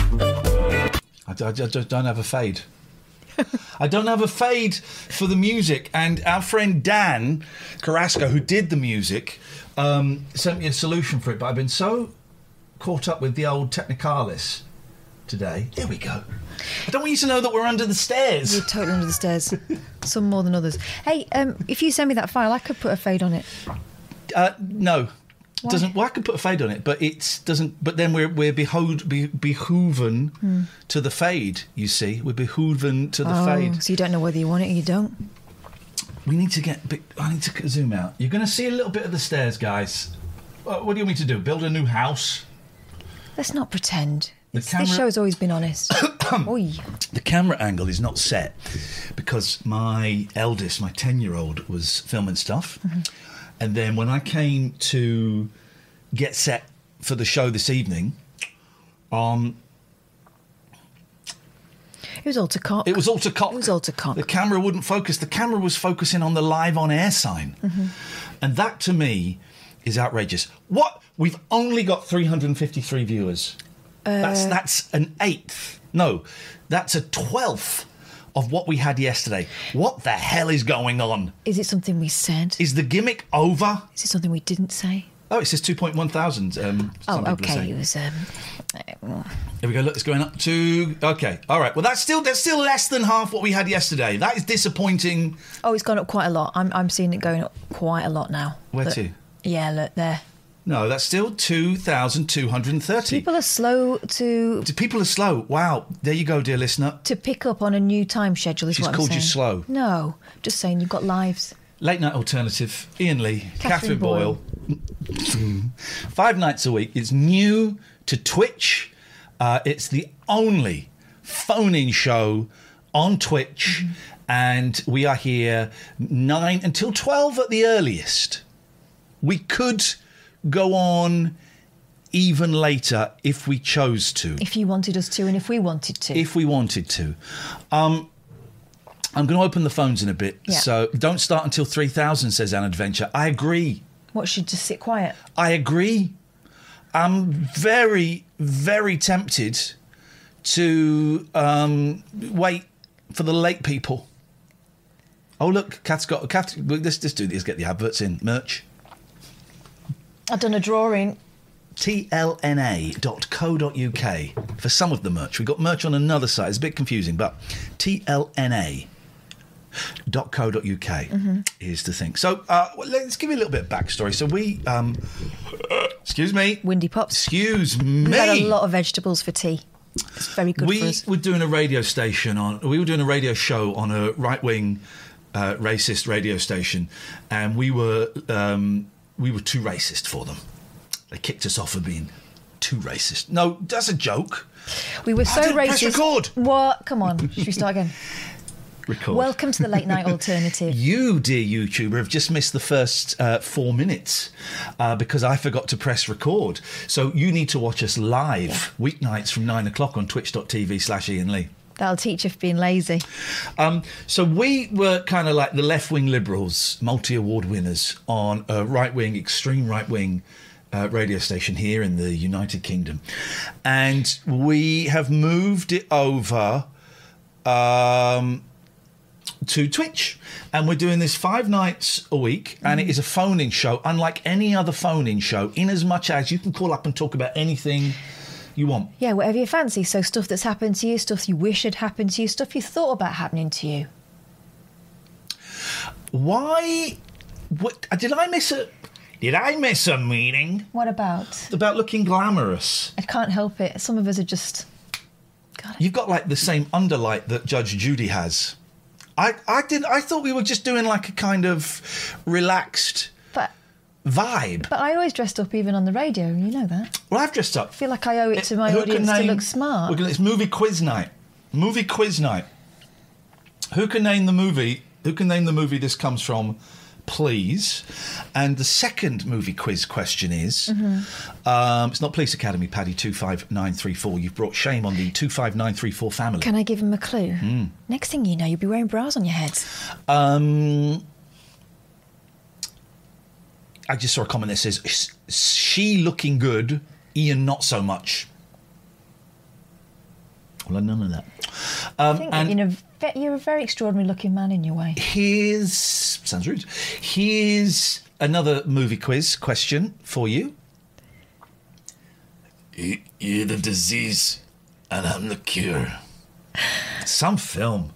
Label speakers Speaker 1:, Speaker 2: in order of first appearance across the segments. Speaker 1: I, d- I d- I just don't have a fade. I don't have a fade for the music. And our friend Dan Carrasco, who did the music, um, sent me a solution for it. But I've been so caught up with the old Technicalis today. Here we go. I don't want you to know that we're under the stairs.
Speaker 2: You're totally under the stairs. Some more than others. Hey, um, if you send me that file, I could put a fade on it.
Speaker 1: Uh, no. Doesn't well, I could put a fade on it, but it doesn't. But then we're we're behold, be, behooven to the fade. You see, we're behooven to the
Speaker 2: Oh,
Speaker 1: fade.
Speaker 2: So you don't know whether you want it or you don't.
Speaker 1: We need to get. Bit, I need to zoom out. You're going to see a little bit of the stairs, guys. Uh, What do you want me to do? Build a new house?
Speaker 2: Let's not pretend.
Speaker 1: The
Speaker 2: This,
Speaker 1: camera-
Speaker 2: this show's always been honest. Oi.
Speaker 1: The camera angle is not set because my eldest, my ten-year-old, was filming stuff, and then when I came to get set for the show this evening, um,
Speaker 2: It was all to cock.
Speaker 1: it was all to cock.
Speaker 2: It was all to cock.
Speaker 1: The camera wouldn't focus. The camera was focusing on the live on air sign. And that to me is outrageous. What? We've only got 353 viewers.
Speaker 2: Uh.
Speaker 1: that's that's an eighth. No, that's a twelfth of what we had yesterday. What the hell is going on?
Speaker 2: Is it something we said?
Speaker 1: Is the gimmick over?
Speaker 2: Is it something we didn't say?
Speaker 1: Oh, it says 2.1 thousand. Um,
Speaker 2: Oh,
Speaker 1: some people are
Speaker 2: okay.
Speaker 1: saying.
Speaker 2: It was. Um, uh,
Speaker 1: Here we go. Look, it's going up to. Okay, all right. Well, that's still that's still less than half what we had yesterday. That is disappointing.
Speaker 2: oh, it's gone up quite a lot. I'm I'm seeing it going up quite a lot now.
Speaker 1: Where
Speaker 2: Look.
Speaker 1: to?
Speaker 2: Yeah, look there.
Speaker 1: No, that's still 2,230. People,
Speaker 2: People are slow to
Speaker 1: are slow. Wow. There you go, dear listener.
Speaker 2: to pick up on a new time schedule. Is
Speaker 1: She's
Speaker 2: what I'm
Speaker 1: called you
Speaker 2: saying.
Speaker 1: slow.
Speaker 2: No, just saying you've got lives.
Speaker 1: Late Night Alternative, Ian Lee, Catherine,
Speaker 2: Catherine
Speaker 1: Boyle.
Speaker 2: Boyle.
Speaker 1: Five nights a week. It's new to Twitch. Uh, it's the only phone in show on Twitch.
Speaker 2: Mm-hmm.
Speaker 1: And we are here 9 until 12 at the earliest. We could go on even later if we chose to.
Speaker 2: If you wanted us to, and if we wanted to,
Speaker 1: if we wanted to. Um, I'm going to open the phones in a bit.
Speaker 2: Yeah.
Speaker 1: So don't start until 3,000, says An Adventure. I agree.
Speaker 2: what should just sit quiet?
Speaker 1: I agree. I'm very, very tempted to um, wait for the late people. Oh, look, Kath's got. Kath, look, let's just do this, get the adverts in. Merch.
Speaker 2: I've done a drawing.
Speaker 1: tlna.co.uk for some of the merch. We've got merch on another site. It's a bit confusing, but tlna.co.uk
Speaker 2: Mm-hmm.
Speaker 1: is the thing. So uh, well, let's give you a little bit of backstory. So we, um, excuse me,
Speaker 2: Windy pops.
Speaker 1: excuse me.
Speaker 2: We've had a lot of vegetables for tea. It's very good for
Speaker 1: we
Speaker 2: us.
Speaker 1: were doing a radio station on. We were doing a radio show on a right wing, uh, racist radio station, and we were um, we were too racist for them. They kicked us off for being too racist. No, that's a joke.
Speaker 2: We were so
Speaker 1: didn't
Speaker 2: racist.
Speaker 1: press record.
Speaker 2: What? Come on. Should we start again?
Speaker 1: record.
Speaker 2: Welcome to the late night alternative.
Speaker 1: You, dear YouTuber, have just missed the first uh, four minutes uh, because I forgot to press record. So you need to watch us live weeknights from nine o'clock on twitch.tv slash Ian Lee.
Speaker 2: That'll teach you for being lazy.
Speaker 1: Um, so we were kind of like the left wing liberals, multi award winners on a right wing, extreme right wing. Uh, radio station here in the United Kingdom, and we have moved it over um, to Twitch, and we're doing this five nights a week, and it is a phone-in show, unlike any other phone-in show. In as much as you can call up and talk about anything you want.
Speaker 2: Yeah, whatever you fancy. So stuff that's happened to you, stuff you wish had happened to you, stuff you thought about happening to you.
Speaker 1: Why? What did I miss a? Did I miss a meeting
Speaker 2: What about?
Speaker 1: about looking glamorous?
Speaker 2: I can't help it. Some of us are just. God,
Speaker 1: You've got like the same underlight that Judge Judy has. I I did I thought we were just doing like a kind of relaxed
Speaker 2: but
Speaker 1: vibe.
Speaker 2: but I always dressed up even on the radio. You know that.
Speaker 1: Well, I've dressed up.
Speaker 2: I feel like I owe it to my
Speaker 1: Who can
Speaker 2: audience to
Speaker 1: name-
Speaker 2: look smart.
Speaker 1: We're gonna, it's movie quiz night. Movie quiz night. Who can name the movie? Who can name the movie this comes from? Please. And the second movie quiz question is
Speaker 2: Mm-hmm. Hmm.
Speaker 1: um, it's not Police Academy, Paddy 25934. You've brought shame on the 25934 family. Hmm.
Speaker 2: Can I give him a clue? Next thing you know, you'll be wearing bras on your heads.
Speaker 1: Um, I just saw a comment that says, "Sh- she looking good, Ian not so much. Well, none of that.
Speaker 2: I think
Speaker 1: Um, and-
Speaker 2: you're, in a ve- you're a very extraordinary looking man in your way.
Speaker 1: Here's, sounds rude. Here's another movie quiz question for you. You're the disease, and I'm the cure. Some film.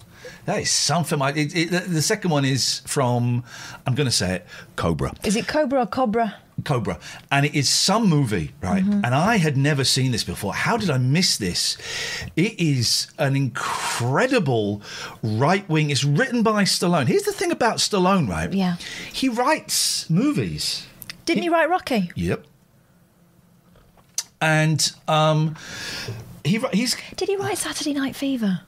Speaker 1: That is some film. I, it, it, the the second one is from, I'm going to say it, Cobra.
Speaker 2: Is it Cobra or Cobra? Mm-hmm.
Speaker 1: Cobra, and it is some movie, right? And I had never seen this before. How did I miss this? It is an incredible right wing. It's written by Stallone. Here's the thing about Stallone, right?
Speaker 2: Yeah.
Speaker 1: He writes movies.
Speaker 2: Didn't he write Rocky?
Speaker 1: Yep. And um, he wri- he's
Speaker 2: Did he write Saturday Night Fever?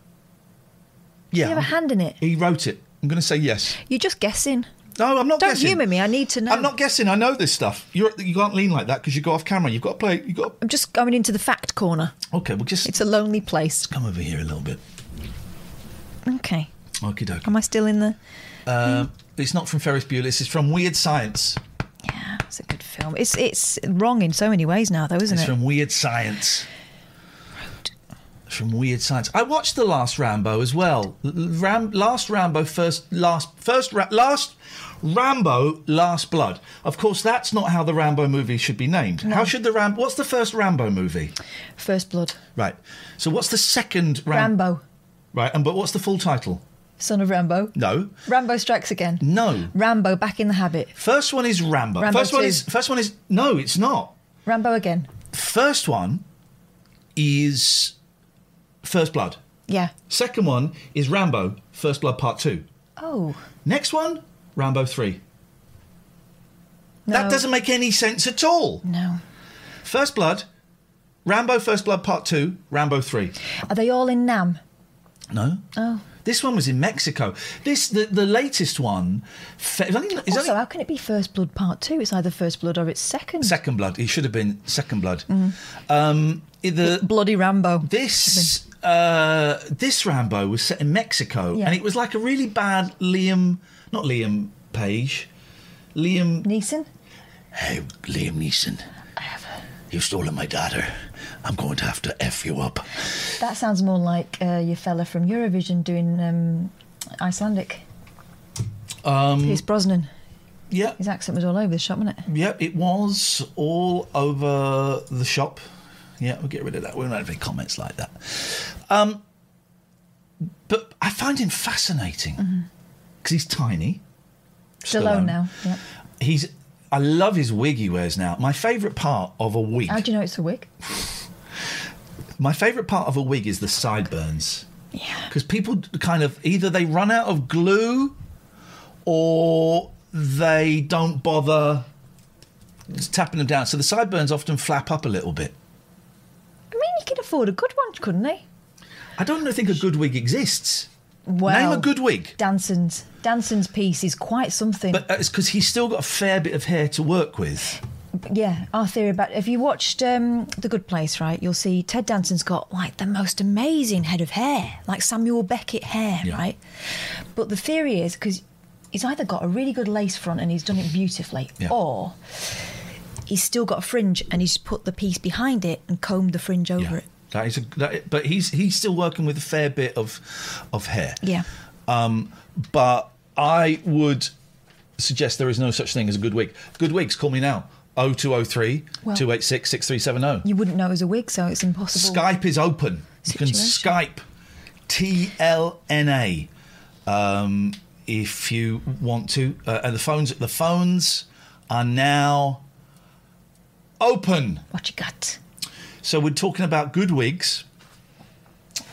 Speaker 2: Did
Speaker 1: yeah.
Speaker 2: he have a hand in it?
Speaker 1: He wrote it. I'm going to say yes.
Speaker 2: You're just guessing.
Speaker 1: No, I'm not.
Speaker 2: Don't
Speaker 1: guessing.
Speaker 2: humour me. I need to know.
Speaker 1: I'm not guessing. I know this stuff. You're, you can't lean like that because you go off camera. You've got to play. You got.
Speaker 2: I'm just going into the fact corner.
Speaker 1: To, okay, well, just
Speaker 2: It's a lonely place.
Speaker 1: come over here a little bit.
Speaker 2: Okay.
Speaker 1: Okie dokie.
Speaker 2: Am I still in the?
Speaker 1: Um, it's not from Ferris Bueller. It's from Weird Science.
Speaker 2: Yeah, it's a good film. It's it's wrong in so many ways now, though, isn't
Speaker 1: It's
Speaker 2: it?
Speaker 1: from Weird Science. It's From Weird Science. I watched the last Rambo as well. L- Ram, last Rambo, first, last, first, ra- last Rambo, Last Blood. Of course, that's not how the Rambo movie should be named. How should the Ram? What's the first Rambo movie?
Speaker 2: First Blood.
Speaker 1: Right. So what's the second Ram-
Speaker 2: Rambo,
Speaker 1: Right. And but what's the full title?
Speaker 2: son of Rambo.
Speaker 1: No.
Speaker 2: Rambo strikes again.
Speaker 1: No.
Speaker 2: Rambo back in the habit.
Speaker 1: First one is Rambo.
Speaker 2: Rambo
Speaker 1: first one
Speaker 2: two.
Speaker 1: is. First one is. No, it's not.
Speaker 2: Rambo again.
Speaker 1: First one is First Blood.
Speaker 2: Yeah.
Speaker 1: Second one is Rambo, First Blood Part 2.
Speaker 2: Oh.
Speaker 1: Next one, Rambo 3.
Speaker 2: No.
Speaker 1: That doesn't make any sense at all.
Speaker 2: No.
Speaker 1: First Blood, Rambo, First Blood Part 2, Rambo 3.
Speaker 2: Are they all in Nam?
Speaker 1: No.
Speaker 2: Oh.
Speaker 1: This one was in Mexico. This the, the latest one. Fe- is only, is
Speaker 2: also,
Speaker 1: only-
Speaker 2: how can it be First Blood Part Two? It's either First Blood or it's Second. Mm.
Speaker 1: Second Blood. It should have been Second Blood. Um, the
Speaker 2: Bloody Rambo.
Speaker 1: this uh, this Rambo was set in Mexico,
Speaker 2: Yeah.
Speaker 1: and it was like a really bad Liam, not Liam Page, Liam.
Speaker 2: Neeson.
Speaker 1: Hey, Liam Neeson,
Speaker 2: I have. A...
Speaker 1: you've stolen my daughter. I'm going to have to f you up.
Speaker 2: That sounds more like uh, your fella from Eurovision doing um, Icelandic. Um, Pierce Brosnan.
Speaker 1: Yeah,
Speaker 2: His accent was all over the shop, wasn't it?
Speaker 1: yeah, it was all over the shop. Yeah, we'll get rid of that. We don't have any comments like that. Um, but I find him fascinating because he's tiny.
Speaker 2: Stallone now. Yeah.
Speaker 1: He's. I love his wig he wears now. My favourite part of a wig.
Speaker 2: How do you know it's a wig?
Speaker 1: My favourite part of a wig is the sideburns.
Speaker 2: Yeah.
Speaker 1: Because people kind of either they run out of glue, or they don't bother tapping them down. So the sideburns often flap up a little bit.
Speaker 2: I mean, he could afford a good one, couldn't he?
Speaker 1: I don't know- think a good wig exists.
Speaker 2: Well,
Speaker 1: Name a good wig.
Speaker 2: Danson's Danson's piece is quite something.
Speaker 1: But uh, it's because he's still got a fair bit of hair to work with.
Speaker 2: But yeah, our theory about if you watched um, The Good Place, right, you'll see Ted Danson's got like the most amazing head of hair, like Samuel Beckett hair,
Speaker 1: Yeah.
Speaker 2: right? But the theory is because he's either got a really good lace front and he's done it beautifully,
Speaker 1: Yeah.
Speaker 2: or he's still got a fringe and he's put the piece behind it and combed the fringe over it.
Speaker 1: That is a, that, but he's he's still working with a fair bit of of hair.
Speaker 2: Yeah.
Speaker 1: Um, but I would suggest there is no such thing as a good wig. Good wigs, call me now. 0203
Speaker 2: Well-
Speaker 1: 286 6370.
Speaker 2: You wouldn't know it was a wig, so it's impossible.
Speaker 1: Skype is open. You can
Speaker 2: Situation.
Speaker 1: Skype TLNA um, if you want to. Uh, and the phones the phones are now open.
Speaker 2: What you got?
Speaker 1: So we're talking about good wigs.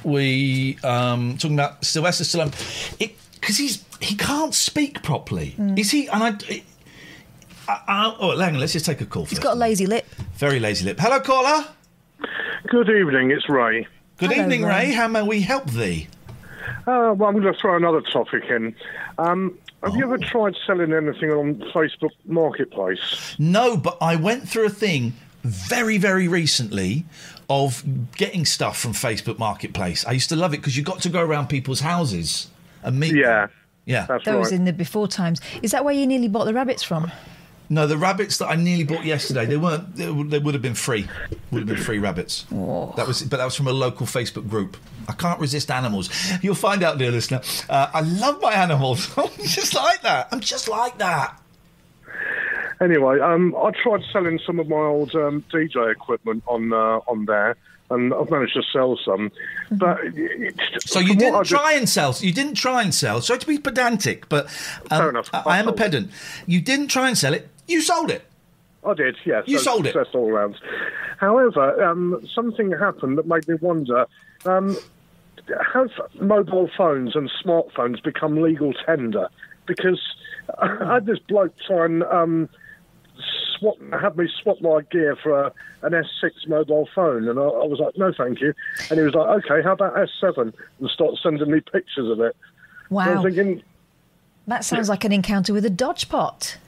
Speaker 1: We um talking about Sylvester Stallone, because he's he can't speak properly.
Speaker 2: Mm.
Speaker 1: Is he? And I, I, I- oh, hang on, let's just take a call.
Speaker 2: He's
Speaker 1: first.
Speaker 2: got a lazy lip.
Speaker 1: very lazy lip. Hello, caller.
Speaker 3: Good evening, it's Ray.
Speaker 1: Good
Speaker 2: Hello,
Speaker 1: evening, Ray.
Speaker 2: Ray.
Speaker 1: How may we help thee?
Speaker 3: Uh, well, I'm going to throw another topic in. Um, have
Speaker 1: Oh.
Speaker 3: you ever tried selling anything on Facebook Marketplace?
Speaker 1: No, but I went through a thing very, very recently of getting stuff from Facebook Marketplace. I used to love it because you got to go around people's houses and meet. them.
Speaker 3: Yeah,
Speaker 1: yeah.
Speaker 3: that's
Speaker 2: Those
Speaker 3: right.
Speaker 2: in the before times. Is that where you nearly bought the rabbits from?
Speaker 1: No, the rabbits that I nearly bought yesterday, they weren't. They, would- they would have been free. Would have been free rabbits. That was, but that was from a local Facebook group. I can't resist animals. You'll find out, dear listener. Uh, I love my animals. I'm just like that. I'm just like that.
Speaker 3: Anyway, um, I tried selling some of my old um, DJ equipment on uh, on there, and I've managed to sell some. But it's,
Speaker 1: Mm-hmm. So you
Speaker 3: from what I
Speaker 1: didn't
Speaker 3: did-
Speaker 1: try and sell. You didn't try and sell. Sorry to be pedantic, but um,
Speaker 3: Fair enough.
Speaker 1: I,
Speaker 3: I
Speaker 1: I am a
Speaker 3: sold it.
Speaker 1: pedant. You didn't try and sell it. You sold it.
Speaker 3: I did, yes.
Speaker 1: You sold it.
Speaker 3: Success all round. However, um, something happened that made me wonder. Um, have mobile phones and smartphones become legal tender? Because I had this bloke try and um, swap, have me swap my gear for a, an S6 mobile phone, and I, I was like, no, thank you. And he was like, okay, how about S7? And start sending me pictures of it. And I
Speaker 2: Wow.
Speaker 3: was thinking,
Speaker 2: That sounds like an encounter with a dodge pot.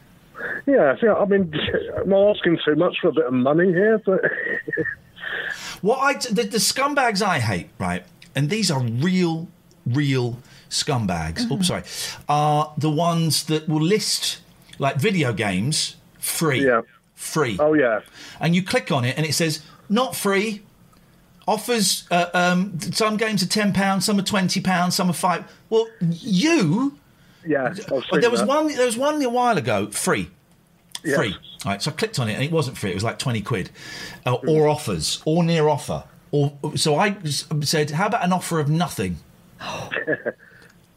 Speaker 3: yeah, I think- I mean, am I asking too much for a bit of money here? But
Speaker 1: What I the, the scumbags I hate, right? And these are real, real scumbags. Oops,
Speaker 3: Mm-hmm.
Speaker 1: sorry. Are the ones that will list like video games free,
Speaker 3: Yeah.
Speaker 1: free,
Speaker 3: oh yeah.
Speaker 1: and you click on it and it says not free. Offers uh, um, some games are ten pounds, some are twenty pounds, some are five. Well, you
Speaker 3: Yeah, I've seen
Speaker 1: but there was
Speaker 3: that.
Speaker 1: one. There was one a while ago, free,
Speaker 3: Yes.
Speaker 1: free. All right, so I clicked on it, and it wasn't free. It was like twenty quid, uh, or offers, or near offer, or so I s- said, "How about an offer of nothing?"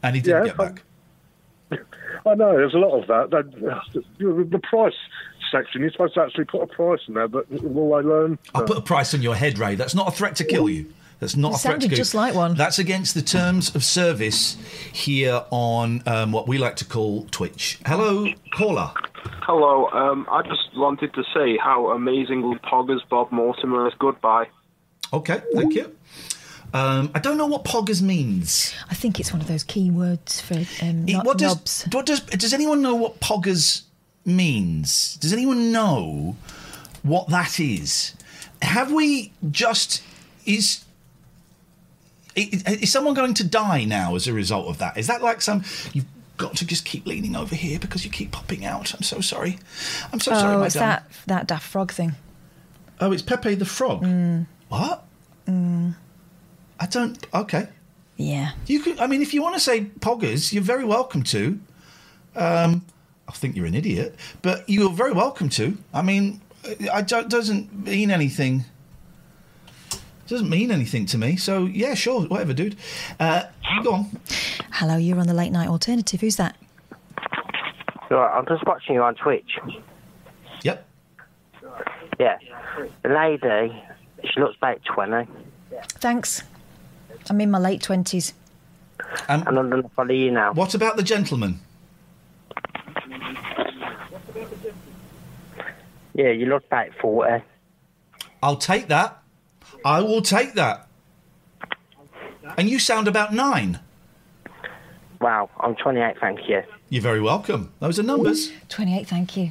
Speaker 1: and he didn't
Speaker 3: Yeah,
Speaker 1: get back.
Speaker 3: I know there's a lot of that. that the, the price section, you're supposed to actually put a price in there, but will they learn?
Speaker 1: I'll put a price on your head, Ray. That's not a threat to kill you. That's not
Speaker 2: It
Speaker 1: a threat to
Speaker 2: sounded
Speaker 1: kill
Speaker 2: just
Speaker 1: you.
Speaker 2: like one.
Speaker 1: That's against the terms of service here on um, what we like to call Twitch. Hello, caller.
Speaker 4: Hello, um, I just wanted to say how amazingly poggers Bob Mortimer is. Goodbye.
Speaker 1: Okay, thank you. Um, I don't know what poggers means.
Speaker 2: I think it's one of those key words for um,
Speaker 1: It-
Speaker 2: no-
Speaker 1: what does
Speaker 2: knobs.
Speaker 1: what does does anyone know what poggers means? Does anyone know what that is? Have we just is i- i- is someone going to die now as a result of that? Is that like some you've got to just keep leaning over here because you keep popping out? I'm so sorry. I'm so sorry,
Speaker 2: oh,
Speaker 1: my
Speaker 2: it's
Speaker 1: darling.
Speaker 2: that that Daft Frog thing.
Speaker 1: Oh, it's Pepe the Frog. What?
Speaker 2: Mm.
Speaker 1: I don't. Okay.
Speaker 2: Yeah.
Speaker 1: You could. I mean, if you want to say poggers, you're very welcome to. Um, I think you're an idiot, but you're very welcome to. I mean, I don't, doesn't mean anything. Doesn't mean anything to me. So yeah, sure, whatever, dude. Uh, go on.
Speaker 2: Hello, you're on the late night alternative. Who's that?
Speaker 5: Right, I'm just watching you on Twitch.
Speaker 1: Yep.
Speaker 5: Yeah. The lady, she looks about 20.
Speaker 2: Thanks. I'm in my late twenties.
Speaker 5: And I'm going to follow you now.
Speaker 1: Um, What about the gentleman?
Speaker 5: Yeah, you look about 40.
Speaker 1: I'll take that. I will take that. And you sound about nine.
Speaker 5: Wow, I'm 28, thank you.
Speaker 1: You're very welcome. Those are numbers.
Speaker 2: 28, thank you.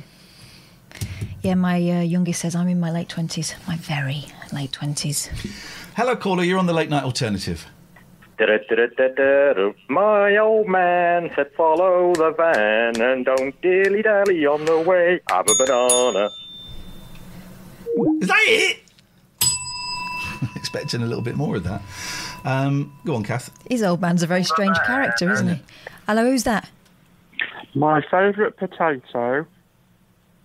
Speaker 2: Yeah, my uh, youngest says I'm in my late 20s, my very late 20s.
Speaker 1: Hello, caller. You're on the late night alternative.
Speaker 6: My old man said, follow the van and don't dilly dally on the way. Have a banana.
Speaker 1: Is that it? Expecting a little bit more of that. Um, go on, Kath.
Speaker 2: His old man's a very strange character, isn't he? Hello, who's that?
Speaker 7: My favourite potato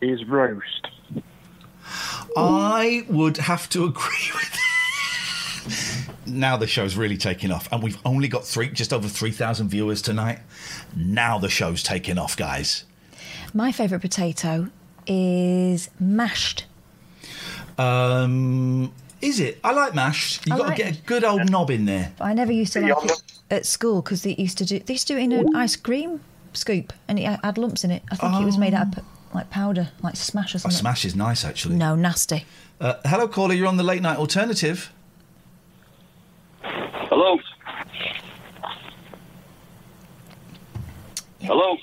Speaker 7: is roast.
Speaker 1: I would have to agree with. now the show's really taking off, and we've only got three, just over three thousand viewers tonight. Now the show's taking off, guys.
Speaker 2: My favourite potato is mashed.
Speaker 1: Um, is it? I like mashed. You've
Speaker 2: I
Speaker 1: got
Speaker 2: like
Speaker 1: to get a good old knob in there.
Speaker 2: But I never used to like it at school because they used to do they used to do it in an ice cream scoop and it had lumps in it. I think it was made out of p- like powder, like smash or
Speaker 1: A
Speaker 2: something.
Speaker 1: Oh, smash is nice, actually.
Speaker 2: No, nasty.
Speaker 1: Uh, hello, caller. You're on the late night alternative.
Speaker 8: Hello. Hello.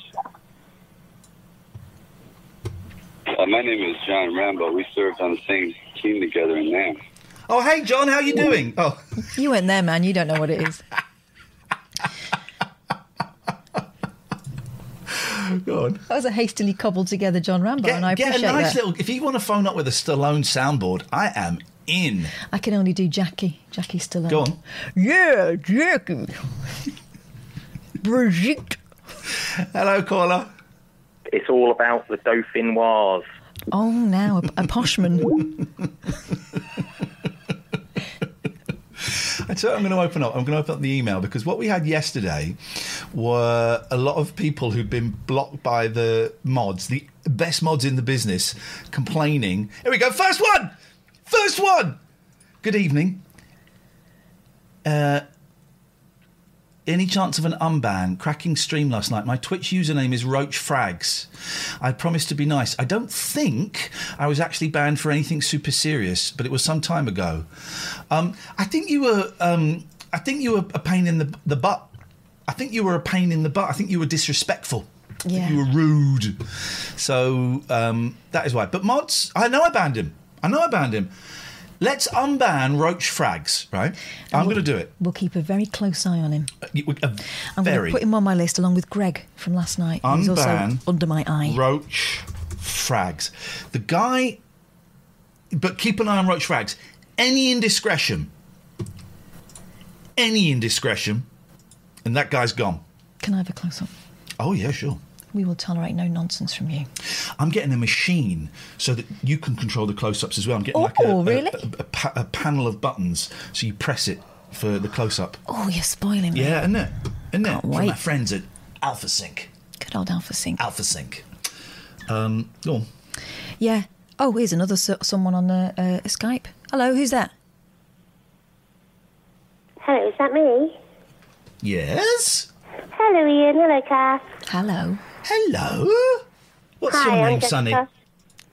Speaker 8: Uh, my name is John Rambo. We served on the same team together in NAM.
Speaker 1: Oh, hey, John. How you doing? Oh,
Speaker 2: You weren't there, man. You don't know what it is.
Speaker 1: God.
Speaker 2: That was a hastily cobbled together John Rambo,
Speaker 1: Get,
Speaker 2: and I
Speaker 1: get
Speaker 2: appreciate
Speaker 1: a nice
Speaker 2: that.
Speaker 1: little. If you want to phone up with a Stallone soundboard, I am in.
Speaker 2: I can only do Jackie. Jackie's still on.
Speaker 1: Go on.
Speaker 2: Yeah, Jackie. Brigitte.
Speaker 1: Hello, caller.
Speaker 6: It's all about the Dauphinoise.
Speaker 2: Oh, now a, a poshman.
Speaker 1: I tell you, I'm going to open up. I'm going to open up the email because what we had yesterday were a lot of people who'd been blocked by the mods, the best mods in the business, complaining. Here we go. First one. First one. Good evening. Uh, any chance of an unban? Cracking stream last night. My Twitch username is RoachFrags. I promised to be nice. I don't think I was actually banned for anything super serious, but it was some time ago. Um, I think you were. Um, I think you were a pain in the the butt. I think you were a pain in the butt. I think you were disrespectful. I think
Speaker 2: Yeah.
Speaker 1: You were rude. So um, that is why. But mods, I know I banned him. I know I banned him. Let's unban Roach Frags, right? I'm going to do it.
Speaker 2: We'll keep a very close eye on him.
Speaker 1: You- a
Speaker 2: I'm going
Speaker 1: very
Speaker 2: to put him on my list along with Greg from last night. He's also
Speaker 1: Unban.
Speaker 2: under my eye.
Speaker 1: Roach Frags. The guy, but keep an eye on Roach Frags. Any indiscretion, any indiscretion, and that guy's gone.
Speaker 2: Can I have a close up?
Speaker 1: Oh yeah, sure.
Speaker 2: We will tolerate no nonsense from you.
Speaker 1: I'm getting a machine so that you can control the close-ups as well. I'm getting like a,
Speaker 2: Oh,
Speaker 1: a-
Speaker 2: really?
Speaker 1: a, a pa- a panel of buttons, so you press it for the close-up.
Speaker 2: Oh, you're spoiling me.
Speaker 1: Yeah, isn't it? Isn't it? From
Speaker 2: wait.
Speaker 1: my friends at Alpha Sync.
Speaker 2: Good old Alpha Sync.
Speaker 1: Alpha Sync. Um, go on.
Speaker 2: Yeah. Oh, here's another so- someone on uh, uh, Skype. Hello, who's that?
Speaker 9: Hello, is that me?
Speaker 1: Yes.
Speaker 9: Hello, Ian. Hello, Kath.
Speaker 2: Hello.
Speaker 1: Hello. What's
Speaker 9: Hi,
Speaker 1: your
Speaker 9: I'm
Speaker 1: name,
Speaker 9: Jessica.
Speaker 1: Sonny?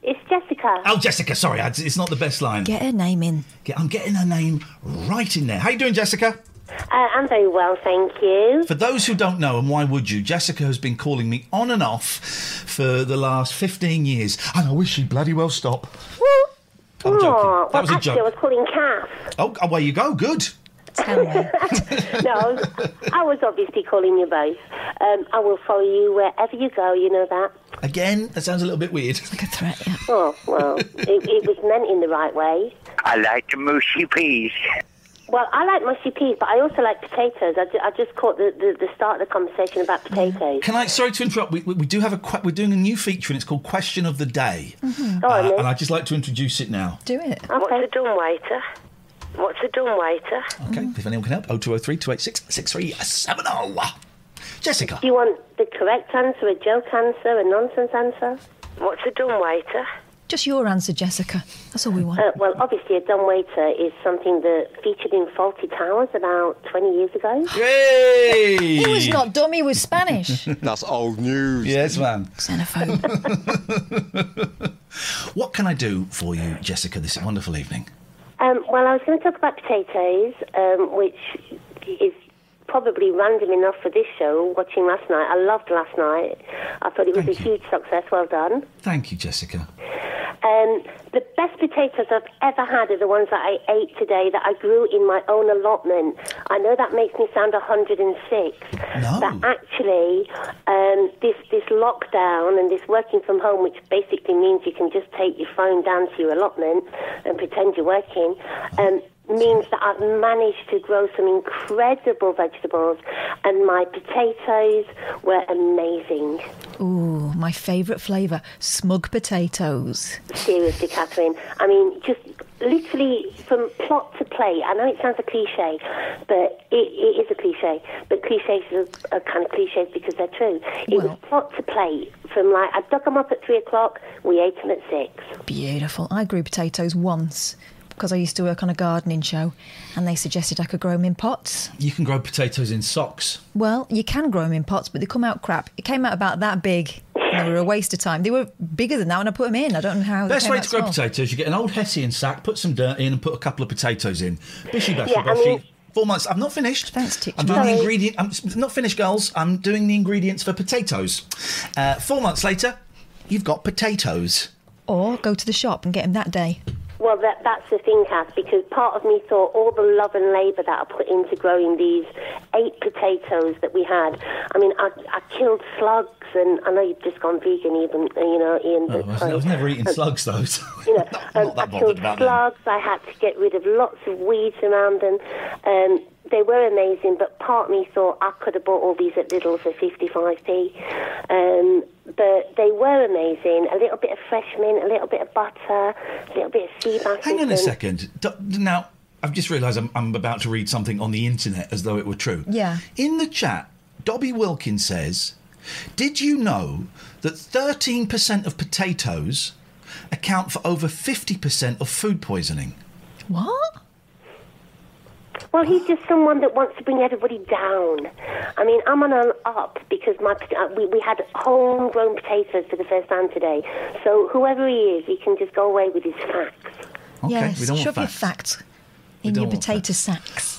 Speaker 9: It's Jessica.
Speaker 1: Oh, Jessica. Sorry, I- it's not the best line.
Speaker 2: Get her name in.
Speaker 1: Get- I'm getting her name right in there. How you doing, Jessica?
Speaker 9: Uh, I'm very well, thank you.
Speaker 1: For those who don't know, and why would you? Jessica has been calling me on and off for the last 15 years, and I wish she'd bloody well stop. I'm joking.
Speaker 9: Oh,
Speaker 1: That
Speaker 9: well,
Speaker 1: was a
Speaker 9: actually, I
Speaker 1: joke.
Speaker 9: was calling Kath.
Speaker 1: Oh, away you go. Good.
Speaker 2: Tell me.
Speaker 9: No, I was, I was obviously calling you both. Um, I will follow you wherever you go, you know that.
Speaker 1: Again, that sounds a little bit weird.
Speaker 2: Like a threat, yeah.
Speaker 9: Oh, well, it, it was meant in the right way.
Speaker 5: I like the mushy peas.
Speaker 9: Well, I like mushy peas, but I also like potatoes. I, ju- I just caught the, the, the start of the conversation about
Speaker 2: Mm-hmm.
Speaker 9: potatoes.
Speaker 1: Can I? Sorry to interrupt. We, we, we do have a que- we're doing a new feature, and it's called Question of the Day,
Speaker 9: Go on,
Speaker 1: Uh,
Speaker 9: then.
Speaker 1: and I'd just like to introduce it now.
Speaker 2: Mm-hmm. Do it.
Speaker 9: Okay.
Speaker 10: What's a dumb waiter? What's a dumb waiter?
Speaker 1: Okay,
Speaker 2: Mm.
Speaker 1: if anyone can help, 0203 286 6370. Jessica.
Speaker 9: Do you want the correct answer, a joke answer, a nonsense answer?
Speaker 10: What's a dumb waiter?
Speaker 2: Just your answer, Jessica. That's all we want.
Speaker 9: Uh, well, obviously, a dumb waiter is something that featured in Faulty Towers about 20 years ago.
Speaker 1: Yay!
Speaker 2: he was not dumb, he was Spanish.
Speaker 11: That's old news.
Speaker 1: Yes, ma'am.
Speaker 2: Xenophobe.
Speaker 1: What can I do for you, Jessica, this wonderful evening?
Speaker 9: Um, well, I was going to talk about potatoes, um, which is probably random enough for this show, watching last night. I loved last night. I thought it was a huge success. Well done.
Speaker 1: Thank you, Jessica.
Speaker 9: Um, the best potatoes I've ever had are the ones that I ate today that I grew in my own allotment. I know that makes me sound 106, but actually, um, this this lockdown and this working from home, which basically means you can just take your phone down to your allotment and pretend you're working. Um, Means that I've managed to grow some incredible vegetables, and my potatoes were amazing.
Speaker 2: Ooh, my favourite flavour smug potatoes.
Speaker 9: Seriously, Catherine. I mean, just literally from plot to play. I know it sounds a cliche, but it, it is a cliche. But cliches are, are kind of cliches because they're true. It was plot to play from like I dug them up at three o'clock. We ate them at six.
Speaker 2: Beautiful. I grew potatoes once because I used to work on a gardening show and they suggested I could grow them in pots.
Speaker 1: You can grow potatoes in socks.
Speaker 2: Well, you can grow them in pots, but they come out crap. It came out about that big. And they were a waste of time. They were bigger than that when I put them in. I don't know how. Oh, they
Speaker 1: Best
Speaker 2: came
Speaker 1: way
Speaker 2: out
Speaker 1: to grow
Speaker 2: small.
Speaker 1: potatoes, you get an old Hessian sack, put some dirt in, and put a couple of potatoes in. Bishy bashy
Speaker 2: Yeah, I
Speaker 1: bashy.
Speaker 2: mean-
Speaker 1: Four months. I'm not finished. Thanks, teacher. I'm doing
Speaker 2: Sorry.
Speaker 1: the ingredient. I'm s- not finished, girls. I'm doing the ingredients for potatoes. Uh, four months later, you've got potatoes.
Speaker 2: Or go to the shop and get them that day.
Speaker 9: Well, that that's the thing, Kath, because part of me thought all the love and labour that I put into growing these eight potatoes that we had. I mean, I, I killed slugs, and I know you've just gone vegan, even you know, Ian.
Speaker 1: Oh,
Speaker 9: But
Speaker 1: I've,
Speaker 9: sorry.
Speaker 1: I've never eaten
Speaker 9: Um,
Speaker 1: slugs though. so
Speaker 9: you know,
Speaker 1: I'm
Speaker 9: um,
Speaker 1: not
Speaker 9: I
Speaker 1: that bothered
Speaker 9: killed
Speaker 1: about them.
Speaker 9: slugs. I had to get rid of lots of weeds around them. Um, they were amazing, but part of me thought I could have bought all these at Lidl for 55p. Um, but they were amazing. A little bit of fresh mint, a little bit of butter, a little bit of sea bass.
Speaker 1: Hang on a second. Do- Now, I've just realised I'm, I'm about to read something on the internet as though it were true.
Speaker 2: Yeah.
Speaker 1: In the chat, Dobby Wilkins says, Did you know that 13% of potatoes account for over 50% of food poisoning?
Speaker 2: What?
Speaker 9: Well, he's just someone that wants to bring everybody down. I mean, I'm on an up because my pot- uh, we, we had homegrown potatoes for the first time today. So whoever he is, he can just go away with his facts.
Speaker 1: Okay,
Speaker 2: yes,
Speaker 1: we don't want
Speaker 2: shove
Speaker 1: facts.
Speaker 2: your facts in
Speaker 1: don't
Speaker 2: your
Speaker 1: want
Speaker 2: potato sacks.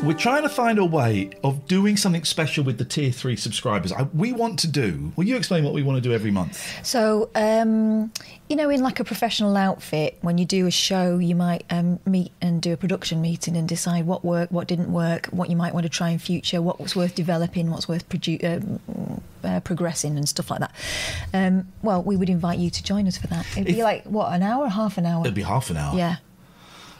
Speaker 1: We're trying to find a way of doing something special with the tier three subscribers. I, we want to do. Will you explain what we want to do every month?
Speaker 2: So, um, you know, in like a professional outfit, when you do a show, you might um, meet and do a production meeting and decide what worked, what didn't work, what you might want to try in future, what's worth developing, what's worth produ- um, uh, progressing, and stuff like that. Um, well, we would invite you to join us for that. It'd be
Speaker 1: If-
Speaker 2: like what an hour, half an hour.
Speaker 1: It'd be half an hour.
Speaker 2: Oh. Yeah.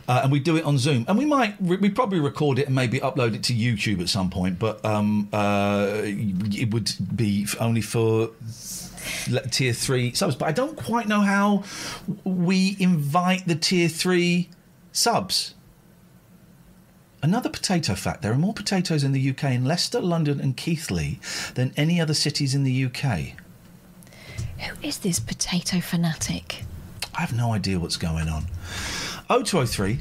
Speaker 1: uh, and we do it on Zoom. And we might we we probably record it and maybe upload it to YouTube at some point, but um, uh, it would be f- only for le- tier three subs. But I don't quite know how we invite the tier three subs. Another potato fact there are more potatoes in the UK in Leicester, London, and Keighley than any other cities in the UK.
Speaker 2: Who is this potato fanatic?
Speaker 1: Oh I have no idea what's going on. 0203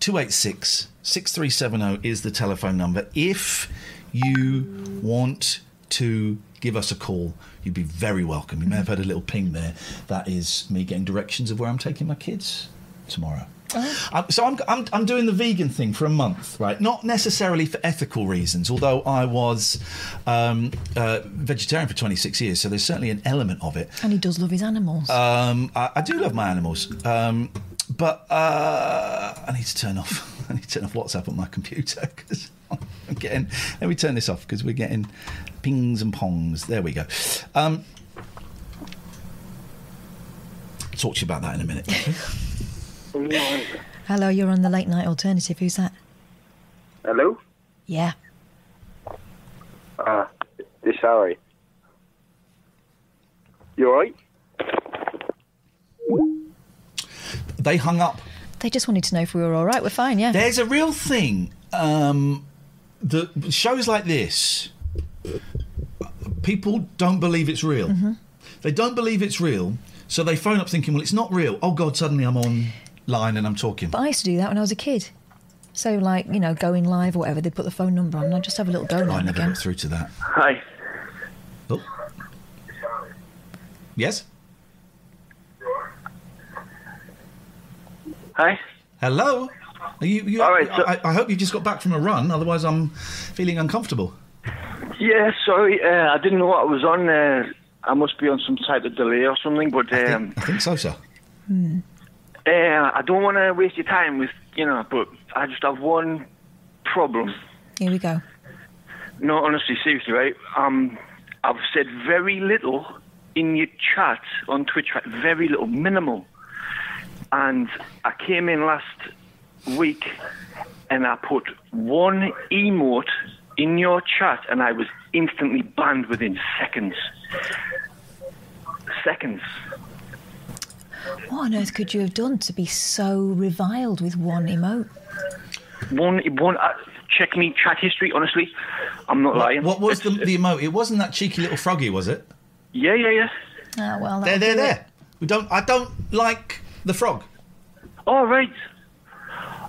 Speaker 1: 286 6370 is the telephone number. If you want to give us a call, you'd be very welcome. You may have heard a little ping there. That is me getting directions of where I'm taking my kids tomorrow. Um, so I'm, I'm, I'm doing the vegan thing for a month, right? Not necessarily for ethical reasons, although I was um, uh, vegetarian for 26 years, so there's certainly an element of it.
Speaker 2: And he does love his animals.
Speaker 1: Um, I, I do love my animals, um, but uh, I need to turn off. I need to turn off WhatsApp on my computer 'cause I'm getting. Let me turn this off because we're getting pings and pongs. There we go. Um, talk to you about that in a minute.
Speaker 2: Hello, you're on the late night alternative. Who's that?
Speaker 12: Hello?
Speaker 2: Yeah.
Speaker 12: Uh, this Harry. You alright?
Speaker 1: they hung up.
Speaker 2: They just wanted to know if we were all right. We're fine, yeah.
Speaker 1: There's a real thing. Um, the shows like this, people don't believe it's real.
Speaker 2: Mm-hmm.
Speaker 1: They don't believe it's real, so they phone up thinking, "Well, it's not real." Oh God! Suddenly I'm online and I'm talking.
Speaker 2: But I used to do that when I was a kid. So, like, you know, going live or whatever, they'd put the phone number on and I'd just have a little go now
Speaker 1: I
Speaker 2: and
Speaker 1: never
Speaker 2: again.
Speaker 1: got through to that.
Speaker 12: Hi.
Speaker 1: Yes.
Speaker 12: Hi.
Speaker 1: Hello. Are you, you, I, I hope you just got back from a run. Otherwise, I'm feeling uncomfortable.
Speaker 12: Yeah, sorry, uh, I didn't know what I was on. Uh, I must be on some type of delay or something, but um,
Speaker 1: I think so, sir.
Speaker 2: Hmm.
Speaker 12: uh, I don't want to waste your time with, you know, but I just have one problem.
Speaker 2: Here we go.
Speaker 12: No, honestly, seriously, right? Um, I've said very little in your chat on Twitch, right? Very little, minimal. And I came in last week and I put one emote in your chat and I was instantly banned within seconds. Seconds.
Speaker 2: What on earth could you have done to be so reviled with one emote?
Speaker 12: One, one. Uh, check me chat history. Honestly, I'm not lying.
Speaker 1: What was the, the emote? It wasn't that cheeky little froggy, was it?
Speaker 12: Yeah, yeah, yeah.
Speaker 2: Ah, well, that'll
Speaker 1: There, there,
Speaker 2: do it.
Speaker 1: there. We don't. I don't like the frog.
Speaker 12: All right.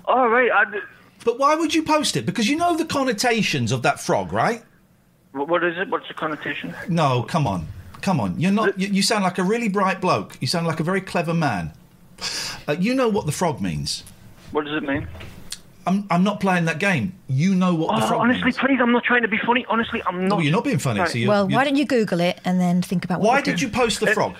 Speaker 12: All right. I...
Speaker 1: But why would you post it? Because you know the connotations of that frog, right?
Speaker 12: Wh- What is it? What's the connotation?
Speaker 1: No, come on, come on. You're not. You, you sound like a really bright bloke. You sound like a very clever man. Uh, you know what the frog means.
Speaker 12: What does it mean?
Speaker 1: I'm, I'm not playing that game. You know what the
Speaker 12: Oh,
Speaker 1: frog
Speaker 12: honestly,
Speaker 1: means.
Speaker 12: please, I'm not trying to be funny. Honestly, I'm not.
Speaker 1: you're not being funny, so you're-
Speaker 2: well, why don't you Google it and then think about what
Speaker 12: Why
Speaker 2: we're
Speaker 12: did
Speaker 2: doing.
Speaker 12: you post the Uh, frog?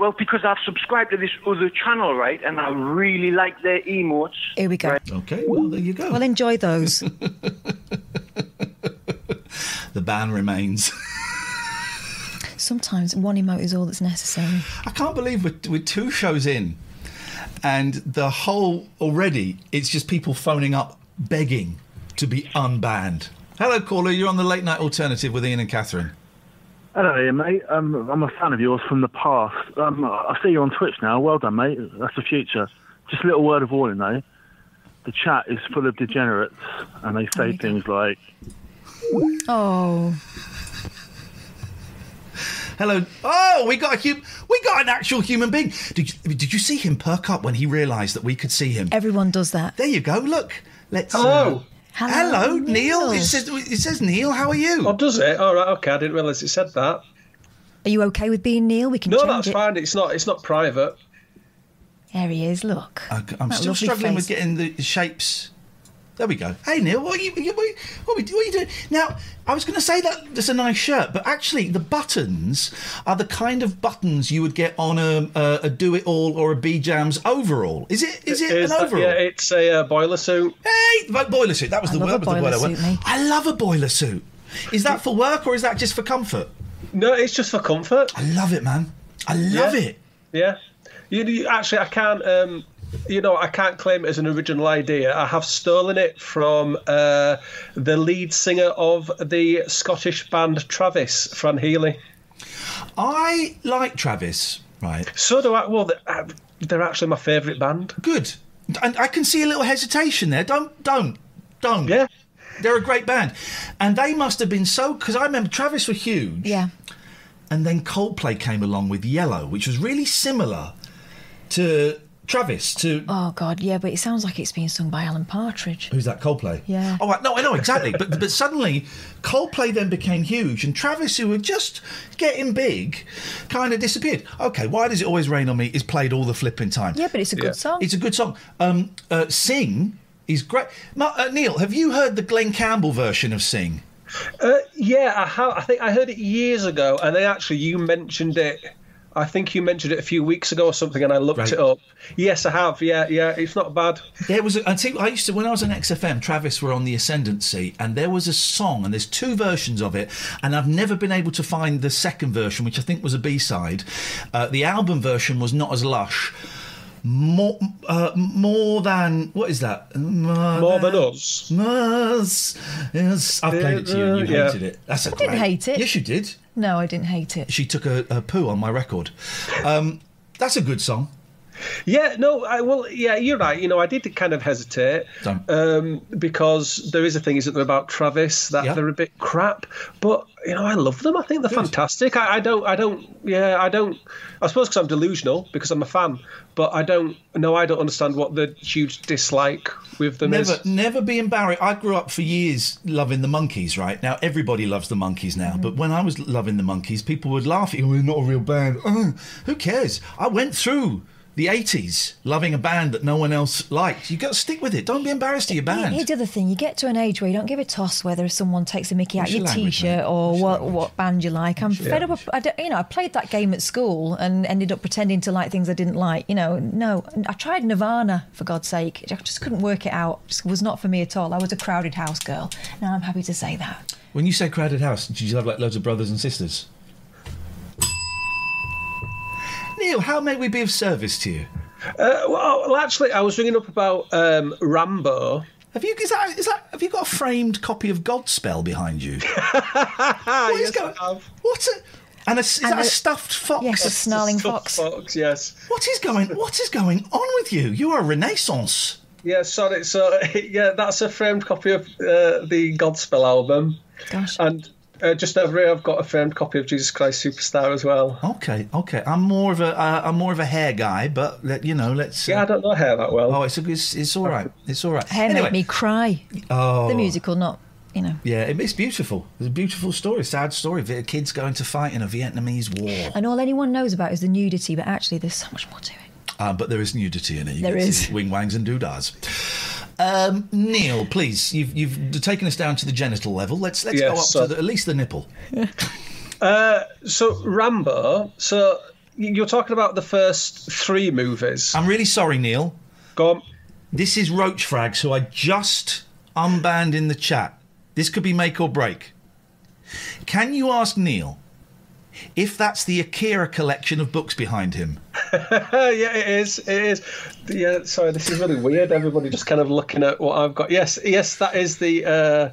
Speaker 12: Well, because I've subscribed to this other channel, right? And I really like their emotes.
Speaker 2: Here we go.
Speaker 1: Okay, well, there you go.
Speaker 2: Well, enjoy those.
Speaker 1: The ban remains.
Speaker 2: Sometimes one emote is all that's necessary.
Speaker 1: I can't believe we're, we're two shows in, and the whole already it's just people phoning up begging to be unbanned. Hello, caller. You're on the late night alternative with Ian and Catherine.
Speaker 13: Hello there, mate. Um, I'm a fan of yours from the past. Um, I see you on Twitch now. Well done, mate. That's the future. Just a little word of warning, though. The chat is full of degenerates, and they say things like,
Speaker 2: Oh.
Speaker 1: Hello. Oh, we got a hum- we got an actual human being. Did you, did you see him perk up when he realised that we could see him?
Speaker 2: Everyone does that.
Speaker 1: There you go. Look. Let's. uh,
Speaker 14: Hello.
Speaker 1: Hello, Neil. It says it says Neil. How are you?
Speaker 14: Oh, does it? All right. Okay. I didn't realise it said that.
Speaker 2: Are you okay with being Neil? We can
Speaker 14: No,
Speaker 2: change
Speaker 14: that's
Speaker 2: it.
Speaker 14: fine. It's not. It's not private.
Speaker 2: There he is. Look.
Speaker 1: I, I'm
Speaker 2: That
Speaker 1: still
Speaker 2: lovely
Speaker 1: struggling with
Speaker 2: face.
Speaker 1: getting the shapes. There we go. Hey Neil, what are you, what are you- what are you, what are you doing? Now, I was going to say that it's a nice shirt, but actually, the buttons are the kind of buttons you would get on a, a, a Do It All or a B Jams overall. Is it? Is it, an
Speaker 14: that-
Speaker 1: overall?
Speaker 14: Yeah, it's a uh, boiler suit.
Speaker 1: Hey, bo- boiler suit. That was the
Speaker 14: love
Speaker 1: word.
Speaker 14: a
Speaker 1: that was
Speaker 14: boiler
Speaker 1: the word I went-
Speaker 14: suit, mate.
Speaker 1: I love a boiler suit. Is that for work or is that just for comfort?
Speaker 14: No, it's just for comfort.
Speaker 1: I love it, man. I love
Speaker 14: Yeah.
Speaker 1: it.
Speaker 14: Yeah. You, you- actually, I can't. Um, you know, I can't claim it as an original idea. I have stolen it from uh, the lead singer of the Scottish band Travis, Fran Healy.
Speaker 1: I like Travis, right?
Speaker 14: So do I. Well, they're, uh, they're actually my favourite band.
Speaker 1: Good. And I can see a little hesitation there. Don't, don't, don't.
Speaker 14: Yeah.
Speaker 1: They're a great band. And they must have been so, because I remember Travis were huge.
Speaker 2: Yeah.
Speaker 1: And then Coldplay came along with Yellow, which was really similar to Travis to
Speaker 2: Oh God, yeah, but it sounds like it's being sung by Alan Partridge.
Speaker 1: Who's that? Coldplay.
Speaker 2: Yeah.
Speaker 1: Oh I- no, I know exactly. but but suddenly, Coldplay then became huge, and Travis, who were just getting big, kind of disappeared. Okay, why does it always rain on me? Is played all the flipping time.
Speaker 2: Yeah, but it's a good Yeah. song.
Speaker 1: It's a good song. Um, uh, Sing is great. Ma- uh, Neil, have you heard the Glenn Campbell version of Sing?
Speaker 14: Uh, yeah, I have. I think I heard it years ago, and then actually you mentioned it. I think you mentioned it a few weeks ago or something, and I looked
Speaker 1: Right.
Speaker 14: it up. Yes, I have. Yeah, yeah, it's not bad.
Speaker 1: There was, a, I think, I used to when I was on XFM, Travis were on the ascendancy, and there was a song, and there's two versions of it, and I've never been able to find the second version, which I think was a B-side. Uh, the album version was not as lush. More, uh, more than what is that? More,
Speaker 14: than, us.
Speaker 1: Yes, I've played it to you. and You
Speaker 14: Yeah.
Speaker 1: hated it. That's a
Speaker 2: I didn't
Speaker 1: great-
Speaker 2: hate it.
Speaker 1: Yes, you did.
Speaker 2: No, I didn't hate it.
Speaker 1: She took a, a poo on my record. Um, that's a good song.
Speaker 14: Yeah, no, I well, yeah, you're right. You know, I did kind of hesitate
Speaker 1: Don't.
Speaker 14: um, because there is a thing, isn't there, about Travis that they're a bit crap. But you know, I love them. I think they're fantastic. I, I don't, I don't, yeah, I don't. I suppose because I'm delusional because I'm a fan, but I don't. No, I don't understand what the huge dislike with them
Speaker 1: never,
Speaker 14: is.
Speaker 1: never be embarrassed. I grew up for years loving the monkeys. Right now, everybody loves the monkeys now. But when I was loving the monkeys, people would laugh at you. We're not a real band. Oh, who cares? I went through the '80s loving a band that no one else liked. You got to stick with it. Don't be embarrassed of your
Speaker 2: Here-
Speaker 1: band.
Speaker 2: Here's the other thing: you get to an age where you don't give a toss whether someone takes a Mickey out
Speaker 1: What's
Speaker 2: your
Speaker 1: your language,
Speaker 2: T-shirt or what, what band you like. I'm
Speaker 1: your
Speaker 2: fed up. Of, I don't, you know, I played that game at school and ended up pretending to like things I didn't like. You know, no, I tried Nirvana for God's sake. I just couldn't work it out. Just was not for me at all. I was a crowded house girl. Now I'm happy to say that.
Speaker 1: When you say crowded house, did you have like loads of brothers and sisters? Neil, how may we be of service to you?
Speaker 14: Uh, well, well, actually, I was ringing up about um, Rambo.
Speaker 1: Have you is that, is that have you got a framed copy of Godspell behind you? what is going? What's it? And a, is
Speaker 2: And
Speaker 1: that a
Speaker 2: a-
Speaker 1: stuffed fox?
Speaker 2: yes, a snarling
Speaker 1: fox.
Speaker 14: Fox, yes.
Speaker 1: What is going? What is going on with you? You are a renaissance.
Speaker 14: Yeah, sorry. So yeah, that's a framed copy of uh, the Godspell album.
Speaker 2: Gosh.
Speaker 14: And uh, just over here, I've got a framed copy of Jesus Christ Superstar as well.
Speaker 1: Okay, okay. I'm more of a uh, I'm more of a hair guy, but let, you know, let's. Yeah, I
Speaker 14: don't know hair that well.
Speaker 1: Oh, it's a, it's, it's all right. It's all right.
Speaker 2: Hair
Speaker 1: anyway,
Speaker 2: made me cry.
Speaker 1: oh,
Speaker 2: The musical, not you know.
Speaker 1: Yeah, it- it's beautiful. It's a beautiful story, sad story. Vi- Kids going to fight in a Vietnamese war,
Speaker 2: And all anyone knows about is the nudity, but actually, there's so much more to it.
Speaker 1: uh, but there is nudity in it. You
Speaker 2: There
Speaker 1: get to
Speaker 2: is.
Speaker 1: see wing wangs and doodahs. Um, Neil, please, you've you've taken us down to the genital level. Let's let's
Speaker 14: Yes,
Speaker 1: go up
Speaker 14: sir.
Speaker 1: to the, at least the nipple.
Speaker 14: Uh, so Rambo. So y- you're talking about the first three movies.
Speaker 1: I'm really sorry, Neil.
Speaker 14: Go on.
Speaker 1: This is Roach Frag, so I just unbanned in the chat. This could be make or break. Can you ask Neil if that's the Akira collection of books behind him?
Speaker 14: yeah, it is. It is. Yeah, sorry, this is really weird. Everybody just kind of looking at what I've got. Yes, yes, that is the uh,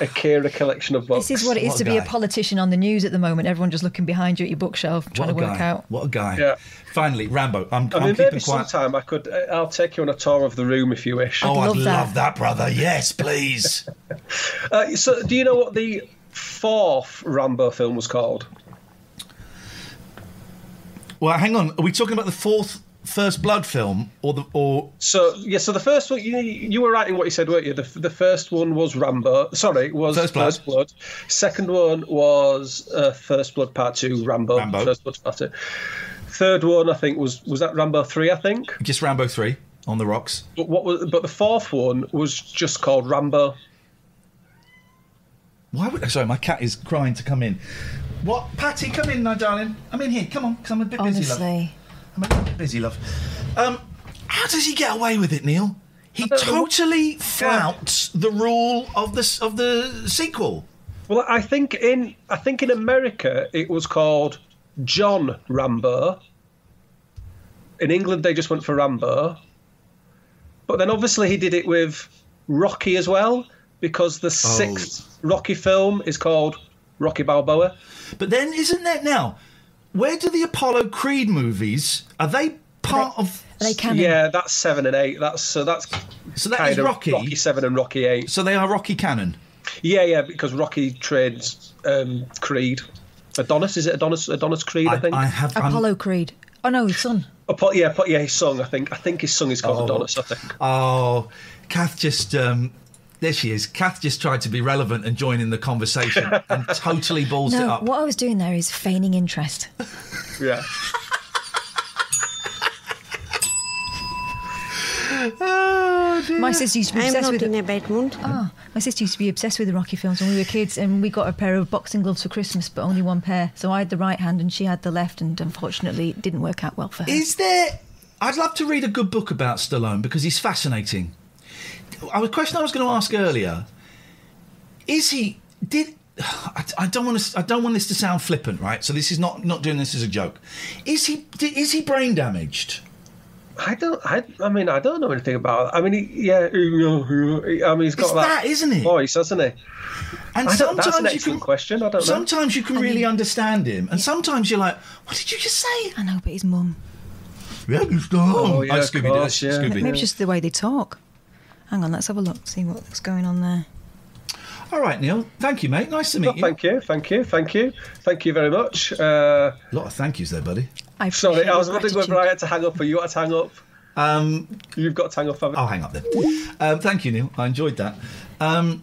Speaker 14: Akira collection of books.
Speaker 2: This is what it is to be a politician on the news at the moment. Everyone just looking behind you at your bookshelf, trying
Speaker 1: What a
Speaker 2: to work
Speaker 1: guy.
Speaker 2: out.
Speaker 1: What a guy.
Speaker 14: Yeah.
Speaker 1: Finally, Rambo, I'm,
Speaker 14: I
Speaker 1: am
Speaker 14: mean,
Speaker 1: keeping
Speaker 14: maybe
Speaker 1: quiet.
Speaker 14: sometime I could. uh, I'll take you on a tour of the room if you wish.
Speaker 1: oh, I'd love that, brother. Yes, please.
Speaker 14: Uh, so, do you know what the fourth Rambo film was called?
Speaker 1: well, hang on. Are we talking about the fourth First Blood film or the or
Speaker 14: So, yeah. So the first one, you, you were writing what you said, weren't you? The, the first one was Rambo. Sorry, was
Speaker 1: First Blood.
Speaker 14: Blood. Second one was uh, First Blood Part Two, Rambo.
Speaker 1: Rambo.
Speaker 14: First Blood Part Two. Third one, I think, was was that Rambo Three? I think.
Speaker 1: just Rambo 3 on the rocks?
Speaker 14: But what was? But the fourth one was just called Rambo.
Speaker 1: Why would sorry, my cat is crying to come in. What, Patty? Come in, my darling. I'm in here. Come on, because I'm a bit busy, love.
Speaker 2: Honestly.
Speaker 1: I'm a little bit busy, love. Um, how does he get away with it, Neil? He
Speaker 14: don't know.
Speaker 1: totally flouts the rule of the of the sequel.
Speaker 14: Well, I think in I think in America it was called John Rambo. In England, they just went for Rambo. But then obviously he did it with Rocky as well, because the sixth Rocky film is called Rocky Balboa.
Speaker 1: But then, isn't that now? Where do the Apollo Creed movies are they part of?
Speaker 2: They can.
Speaker 14: Yeah, that's seven and eight. That's so that's
Speaker 1: so that
Speaker 14: kind
Speaker 1: is
Speaker 14: of
Speaker 1: Rocky.
Speaker 14: Rocky seven and Rocky eight.
Speaker 1: So they are Rocky canon.
Speaker 14: Yeah, yeah, because Rocky trains um, Creed. Adonis is it Adonis? Adonis Creed, I, think.
Speaker 1: I have
Speaker 2: Apollo Creed. Oh no, his son.
Speaker 14: Apo- yeah, Apo- yeah, his song. I think. I think his song is called Adonis. I think.
Speaker 1: Oh, Kath just. Um, there she is. Kath just tried to be relevant and join in the conversation and totally balls it
Speaker 2: No,
Speaker 1: up.
Speaker 2: what I was doing there is feigning interest.
Speaker 14: Yeah.
Speaker 1: Oh,
Speaker 2: My sister used to be
Speaker 15: I'm
Speaker 2: obsessed
Speaker 15: not
Speaker 2: with
Speaker 15: in a Bedmond.
Speaker 2: Oh, my sister used to be obsessed with the Rocky films when we were kids, and we got a pair of boxing gloves for Christmas, but only one pair. So I had the right hand, and she had the left, and unfortunately, it didn't work out well for her.
Speaker 1: Is there? I'd love to read a good book about Stallone because he's fascinating. I- A question I was going to ask earlier: Is he? Did I, I don't want to? I don't want this to sound flippant, right? So this is not not doing this as a joke. Is he? di- Is he brain damaged?
Speaker 14: I don't. I, I mean, I don't know anything about. It. I mean, he, yeah. I mean, he's got
Speaker 1: It's
Speaker 14: that,
Speaker 1: that, isn't it?
Speaker 14: Voice, hasn't he?
Speaker 1: And
Speaker 14: I don't- that's an
Speaker 1: sometimes you
Speaker 14: excellent
Speaker 1: can-
Speaker 14: question. I don't know.
Speaker 1: Sometimes you can really understand him, and sometimes you're like, "What did you just say?"
Speaker 2: I know, but his mum.
Speaker 1: Yeah, you
Speaker 14: Oh, yeah,
Speaker 1: oh,
Speaker 14: of
Speaker 1: Scooby-Doo.
Speaker 14: course, yeah.
Speaker 1: Scooby.
Speaker 2: Maybe it's just the way they talk. Hang on, let's have a look, see what's going on there.
Speaker 1: All right, Neil. Thank you, mate. Nice to meet you.
Speaker 14: Thank you, thank you, thank you, thank you very much. Uh,
Speaker 1: a lot of thank yous there, buddy.
Speaker 2: I
Speaker 14: Sorry,
Speaker 1: appreciate
Speaker 14: I was
Speaker 1: your
Speaker 14: wondering whether I had to hang up or you had to hang up.
Speaker 1: Um,
Speaker 14: You've got to hang up.
Speaker 1: I'll hang up then. Um, thank you, Neil. I enjoyed that. Um,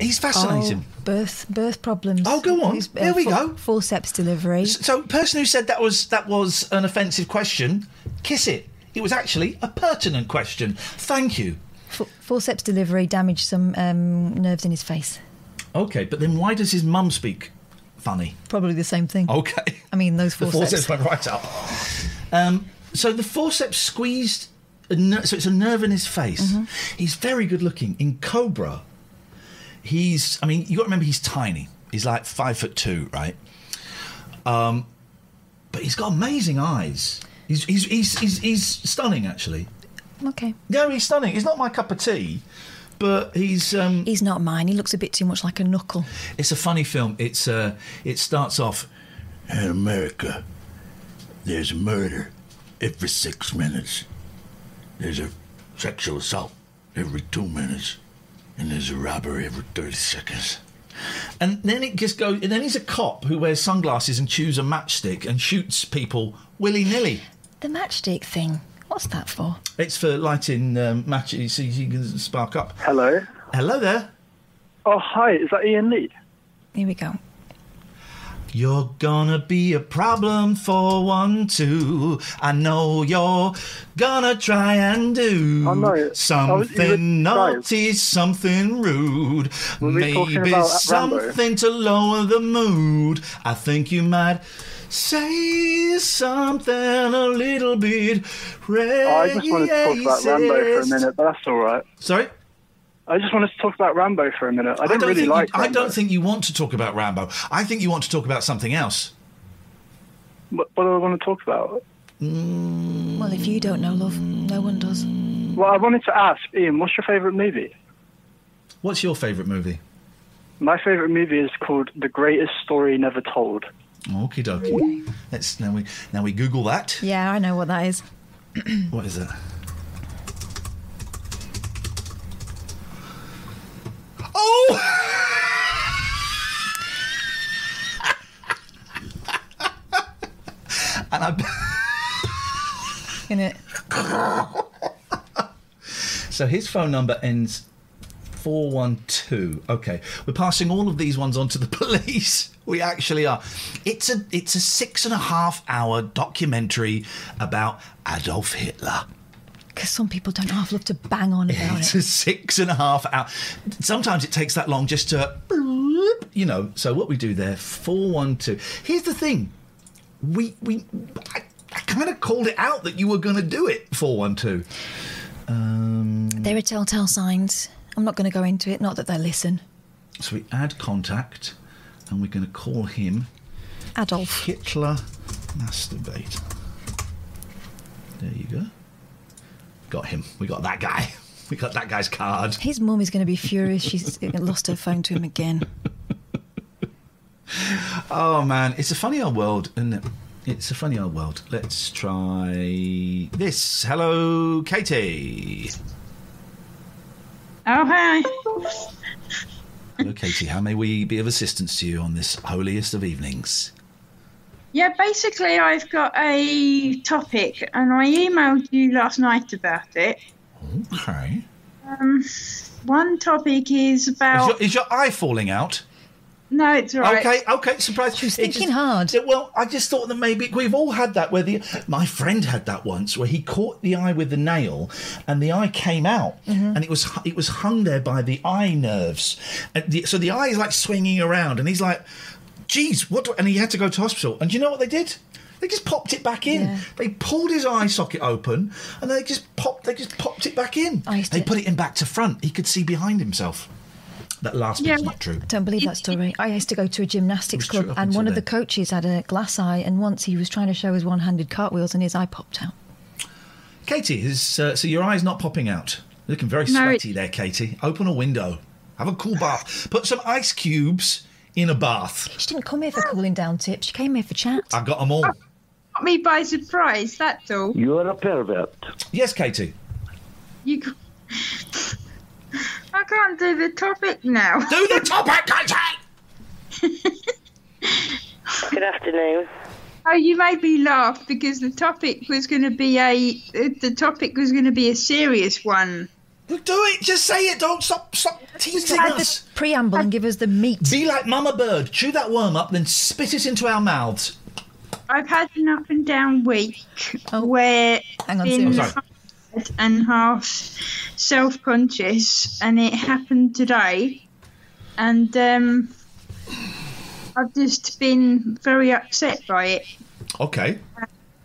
Speaker 1: he's fascinating.
Speaker 2: Oh, birth, birth problems.
Speaker 1: Oh, go on.
Speaker 2: His,
Speaker 1: There we
Speaker 2: fo-
Speaker 1: go.
Speaker 2: Forceps delivery.
Speaker 1: So, person who said that was that was an offensive question, kiss it. It was actually a pertinent question. Thank you.
Speaker 2: F- forceps delivery damaged some um, nerves in his face.
Speaker 1: Okay, but then why does his mum speak funny?
Speaker 2: Probably the same thing.
Speaker 1: Okay.
Speaker 2: I mean, those
Speaker 1: The
Speaker 2: forceps.
Speaker 1: forceps went right up. Um, so the forceps squeezed, a ner- so it's a nerve in his face. He's very good looking. In Cobra, he's, I mean, you got to remember he's tiny. He's like five foot two, right? Um, but he's got amazing eyes. He's, he's, he's, he's, he's stunning, actually.
Speaker 2: Okay.
Speaker 1: No, he's stunning. He's not my cup of tea, but he's. Um,
Speaker 2: he's not mine. He looks a bit too much like a knuckle.
Speaker 1: It's a funny film. It's uh, it starts off in America. There's murder every six minutes. There's a sexual assault every two minutes, and there's a robbery every thirty seconds. And then it just goes. And then he's a cop who wears sunglasses and chews a matchstick and shoots people willy nilly.
Speaker 2: The matchstick thing. What's that for?
Speaker 1: It's for lighting um, matches so you can spark up.
Speaker 7: Hello.
Speaker 1: Hello there.
Speaker 7: Oh, hi. Is that Ian Lee?
Speaker 2: Here we go.
Speaker 1: You're gonna be a problem for one, two. I know you're gonna try and do something naughty, something rude.
Speaker 7: talking
Speaker 1: Maybe
Speaker 7: about Rambo?
Speaker 1: something to lower the mood. I think you might say something a little bit
Speaker 7: Oh, I just wanted to talk about Rambo for a
Speaker 1: racist.
Speaker 7: minute, but that's all right.
Speaker 1: Sorry.
Speaker 7: I just wanted to talk about Rambo for a minute. I don't, really
Speaker 1: think
Speaker 7: like.
Speaker 1: you, I don't think you want to talk about Rambo. I think you want to talk about something else.
Speaker 7: What, what do I want to talk about?
Speaker 2: Well, if you don't know, love, no one does.
Speaker 7: Well, I wanted to ask Ian, what's your favourite movie?
Speaker 1: What's your favourite movie?
Speaker 7: My favourite movie is called The Greatest Story Never Told.
Speaker 1: Okie dokie. Let's now we now we Google that.
Speaker 2: Yeah, I know what that is.
Speaker 1: What is it? Oh! and I.
Speaker 2: In it.
Speaker 1: So his phone number ends 412. Okay. We're passing all of these ones on to the police. We actually are. It's a it's a six and a half hour documentary about Adolf Hitler.
Speaker 2: Because some people don't half love to bang on about
Speaker 1: It's
Speaker 2: it.
Speaker 1: a six and a half hour. Sometimes it takes that long just to, bloop, you know. So what we do there, four one two. Here's the thing, we we I, I kind of called it out that you were going to do it four one two. Um,
Speaker 2: There are telltale signs. I'm not going to go into it. Not that they listen.
Speaker 1: so we add contact, and we're going to call him
Speaker 2: Adolf.
Speaker 1: Hitler masturbate. There you go. Got him. We got that guy. We got that guy's card.
Speaker 2: His mum is going to be furious. She's lost her phone to him again.
Speaker 1: Oh man, it's a funny old world, isn't it? It's a funny old world. Let's try this. Hello, Katie.
Speaker 16: Oh, hi.
Speaker 1: Hello, Katie. How may we be of assistance to you on this holiest of evenings?
Speaker 15: Yeah, basically, I've got a topic, and I emailed you last night about it.
Speaker 1: Okay.
Speaker 15: Um, one topic is
Speaker 1: Is
Speaker 15: about.
Speaker 1: your, is your eye falling out?
Speaker 15: No, it's all right.
Speaker 1: Okay, okay, surprise. She's
Speaker 15: thinking
Speaker 1: hard. Well, I just thought that maybe we've all had that. Where the my friend had that once, where he caught the eye with the nail, and the eye came out,
Speaker 15: Mm-hmm.
Speaker 1: and it was it was hung there by the eye nerves. And the, so the eye is like swinging around, and he's like, "Geez, what?" Do, and he had to go to hospital. And do you know what they did? They just popped it back in. They pulled his eye socket open, and they just popped. They just popped it back in. They put it in back to front. He could see behind himself. That last bit's not true.
Speaker 2: I don't believe that story. I used to go to a gymnastics
Speaker 1: true
Speaker 2: club,
Speaker 1: up
Speaker 2: and
Speaker 1: until
Speaker 2: one of the
Speaker 1: then.
Speaker 2: coaches had a glass eye, and once he was trying to show his one-handed cartwheels, and his eye popped out.
Speaker 1: Katie, is, uh, so your eye's not popping out. Looking very
Speaker 2: No, it-
Speaker 1: sweaty there, Katie. Open a window. Have a cool bath. Put some ice cubes in a bath.
Speaker 2: She didn't come here for cooling down tips. She came here for chat.
Speaker 1: I've got them all.
Speaker 15: Got me by surprise, that's all.
Speaker 1: You're a pervert. Yes, Katie.
Speaker 15: You. c- I can't do the topic now.
Speaker 1: Do the topic, Katie!
Speaker 10: Good afternoon.
Speaker 15: Oh, you made me laugh because the topic was going to be a the topic was going to be a serious one.
Speaker 1: Do it. Just say it. Don't stop. Stop teasing
Speaker 2: Add
Speaker 1: us.
Speaker 2: the preamble and give us the meat.
Speaker 1: Be like Mama Bird. Chew that worm up, then spit it into our mouths.
Speaker 15: I've had an up and down week where
Speaker 2: hang
Speaker 1: on,
Speaker 15: been
Speaker 1: Sue. I'm sorry.
Speaker 15: tired and half self conscious, and it happened today, and um, I've just been very upset by it.
Speaker 1: Okay.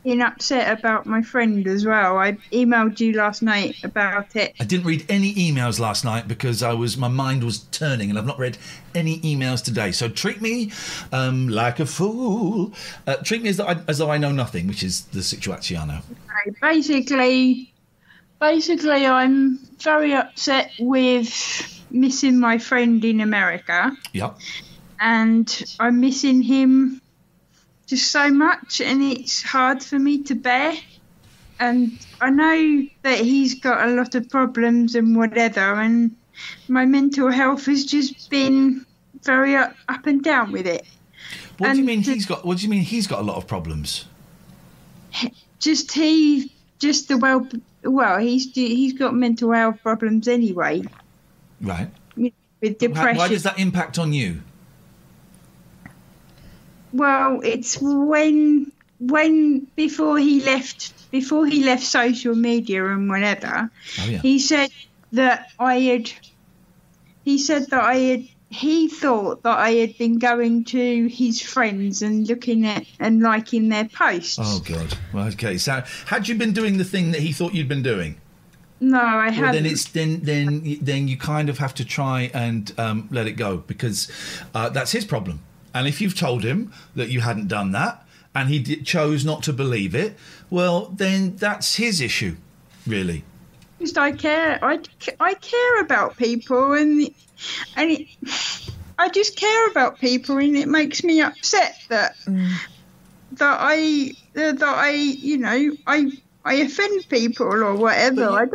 Speaker 15: Been upset about my friend as well. I emailed you last night about it.
Speaker 1: I didn't read any emails last night because I was my mind was turning, and I've not read any emails today. So treat me um, like a fool. Uh, treat me as though, I, as though I know nothing, which is the situaziano.
Speaker 15: Okay, basically, basically, I'm very upset with missing my friend in America,
Speaker 1: Yep.
Speaker 15: and I'm missing him just so much, and it's hard for me to bear. And I know that he's got a lot of problems and whatever, and my mental health has just been very up, up and down with it.
Speaker 1: What do you mean he's got? What do you mean he's got a lot of problems?
Speaker 15: just he just the well well he's he's got mental health problems anyway
Speaker 1: Right.
Speaker 15: with
Speaker 1: Why,
Speaker 15: depression
Speaker 1: why does that impact on you?
Speaker 15: well it's when when before he left before he left social media and whatever
Speaker 1: Oh, yeah.
Speaker 15: he said that i had he said that i had he thought that i had been going to his friends and looking at and liking their posts
Speaker 1: Oh God. Well, okay. So had you been doing the thing that he thought you'd been doing?
Speaker 15: no i
Speaker 1: well,
Speaker 15: haven't
Speaker 1: then it's then then y- then you kind of have to try and um, let it go because uh, that's his problem. And if you've told him that you hadn't done that and he d- chose not to believe it, well, then that's his issue, really.
Speaker 15: just I care. I, I care about people, and and it, I just care about people, and it makes me upset that that I that I you know I I offend people or whatever. I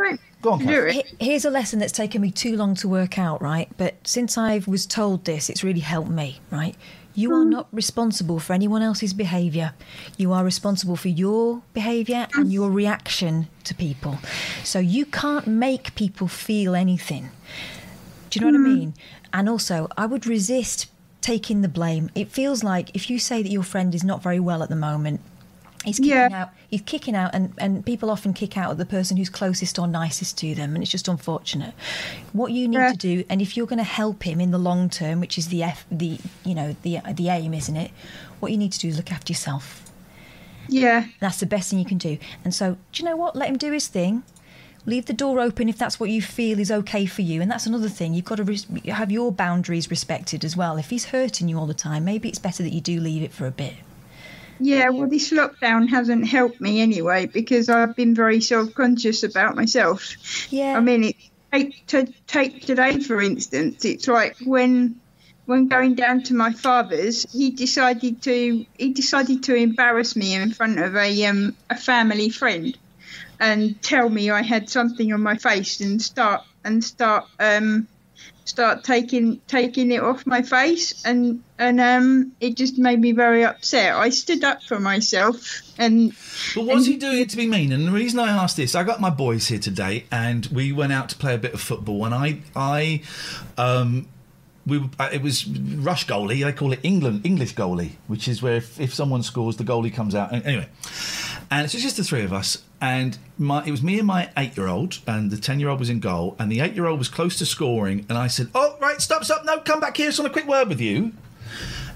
Speaker 15: don't do it.
Speaker 2: He- Here's a lesson that's taken me too long to work out, right? But since I was told this, it's really helped me, right? You
Speaker 15: Hmm.
Speaker 2: are not responsible for anyone else's behaviour. You are responsible for your behaviour and your reaction to people. So you can't make people feel anything. Do you know
Speaker 15: Hmm.
Speaker 2: what I mean? And also, I would resist taking the blame. It feels like if you say that your friend is not very well at the moment, he's kicking out. He's kicking out, and, and people often kick out at the person who's closest or nicest to them, and it's just unfortunate. What you need to do, and if you're going to help him in the long term, which is the F, the you know the the aim, isn't it? What you need to do is look after yourself.
Speaker 15: Yeah,
Speaker 2: that's the best thing you can do. And so, do you know what? Let him do his thing. Leave the door open if that's what you feel is okay for you. And that's another thing. You've got to res- have your boundaries respected as well. If he's hurting you all the time, maybe it's better that you do leave it for a bit.
Speaker 15: Yeah, well, this lockdown hasn't helped me anyway because I've been very self conscious about myself.
Speaker 2: Yeah.
Speaker 15: I mean, it, take, to, take today, for instance, it's like when. When going down to my father's, he decided to he decided to embarrass me in front of a um, a family friend, and tell me I had something on my face and start and start um, start taking taking it off my face and and um it just made me very upset i stood up for myself and
Speaker 1: But was he doing it to be mean? And the reason I asked this, I got my boys here today, and we went out to play a bit of football. And I, I, um, we uh, it was rush goalie. They call it England English goalie, which is where if, if someone scores, the goalie comes out. And Anyway, and so it's just the three of us. And my, it was me and my eight-year-old, and the ten-year-old was in goal, and the eight-year-old was close to scoring. And I said, "Oh, right, stop, stop, no, come back here. Just want a quick word with you."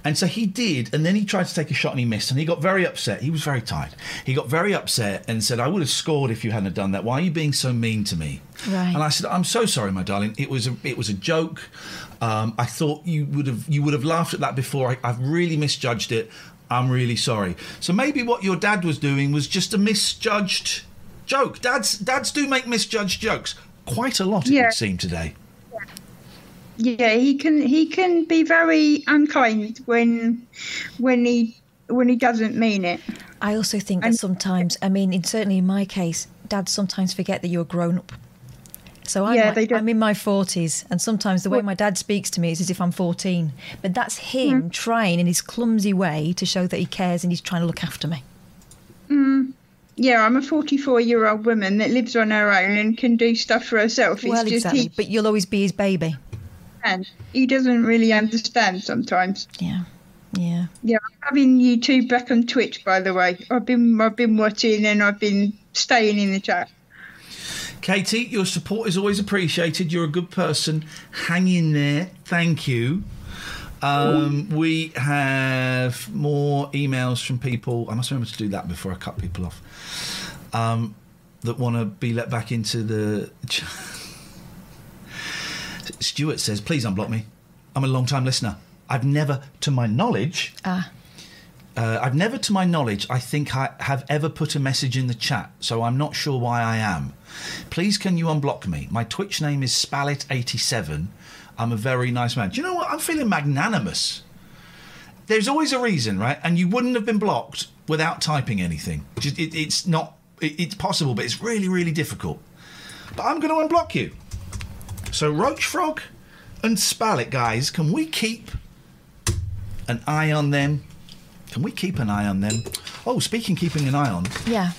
Speaker 1: And so he did, and then he tried to take a shot and he missed, and he got very upset. He was very tired. He got very upset and said, "I would have scored if you hadn't have done that. Why are you being so mean to me?"
Speaker 2: Right.
Speaker 1: And I said, "I'm so sorry, my darling. It was a, it was a joke. Um, I thought you would have you would have laughed at that before. I, I've really misjudged it. I'm really sorry. So maybe what your dad was doing was just a misjudged joke. Dads dads do make misjudged jokes quite a lot. It
Speaker 15: Yeah.
Speaker 1: would seem today.
Speaker 15: yeah he can he can be very unkind when when he when he doesn't mean it
Speaker 2: I also think that sometimes, I mean, in, certainly in my case, dads sometimes forget that you're grown up. So I'm,
Speaker 15: Yeah,
Speaker 2: like- I'm in my 40s, and sometimes the way my dad speaks to me is as if I'm 14. But that's him trying in his clumsy way to show that he cares and he's trying to look after me. Hmm.
Speaker 15: mm. yeah i'm a 44 year old woman that lives on her own and can do stuff for herself
Speaker 2: well,
Speaker 15: it's just
Speaker 2: exactly.
Speaker 15: he
Speaker 2: But you'll always be his baby.
Speaker 15: and he doesn't really understand sometimes.
Speaker 2: Yeah, yeah.
Speaker 15: Yeah, I'm having YouTube back on Twitch, by the way. I've been I've been watching and I've been staying in the chat.
Speaker 1: Katie, your support is always appreciated. You're a good person. Hang in there. Thank you. Um, we have more emails from people. I must remember to do that before I cut people off. Um, that want to be let back into the. ch- Stuart says, please unblock me. I'm a long time listener. I've never, to my knowledge,
Speaker 2: Ah,
Speaker 1: uh, I've never, to my knowledge, I think I have ever put a message in the chat, so I'm not sure why I am. Please, can you unblock me? My Twitch name is Spallet87. I'm a very nice man. Do you know what? I'm feeling magnanimous. There's always a reason, right? And you wouldn't have been blocked without typing anything. Just, it, it's not. It, it's possible, but it's really, really difficult. But I'm going to unblock you. So Roach Frog and Spallet guys, can we keep an eye on them? Can we keep an eye on them? Oh, speaking keeping an eye on,
Speaker 2: yeah.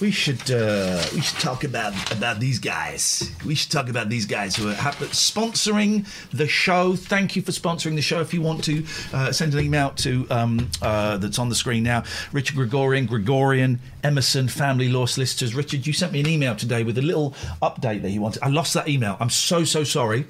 Speaker 1: we should uh, we should talk about about these guys. We should talk about these guys who are hap- sponsoring the show. Thank you for sponsoring the show. If you want to uh, send an email to um, uh, that's on the screen now, Richard Gregorian, Gregorian Emerson Family Law Solicitors. Richard, you sent me an email today with a little update that you wanted. I lost that email. I'm so so sorry.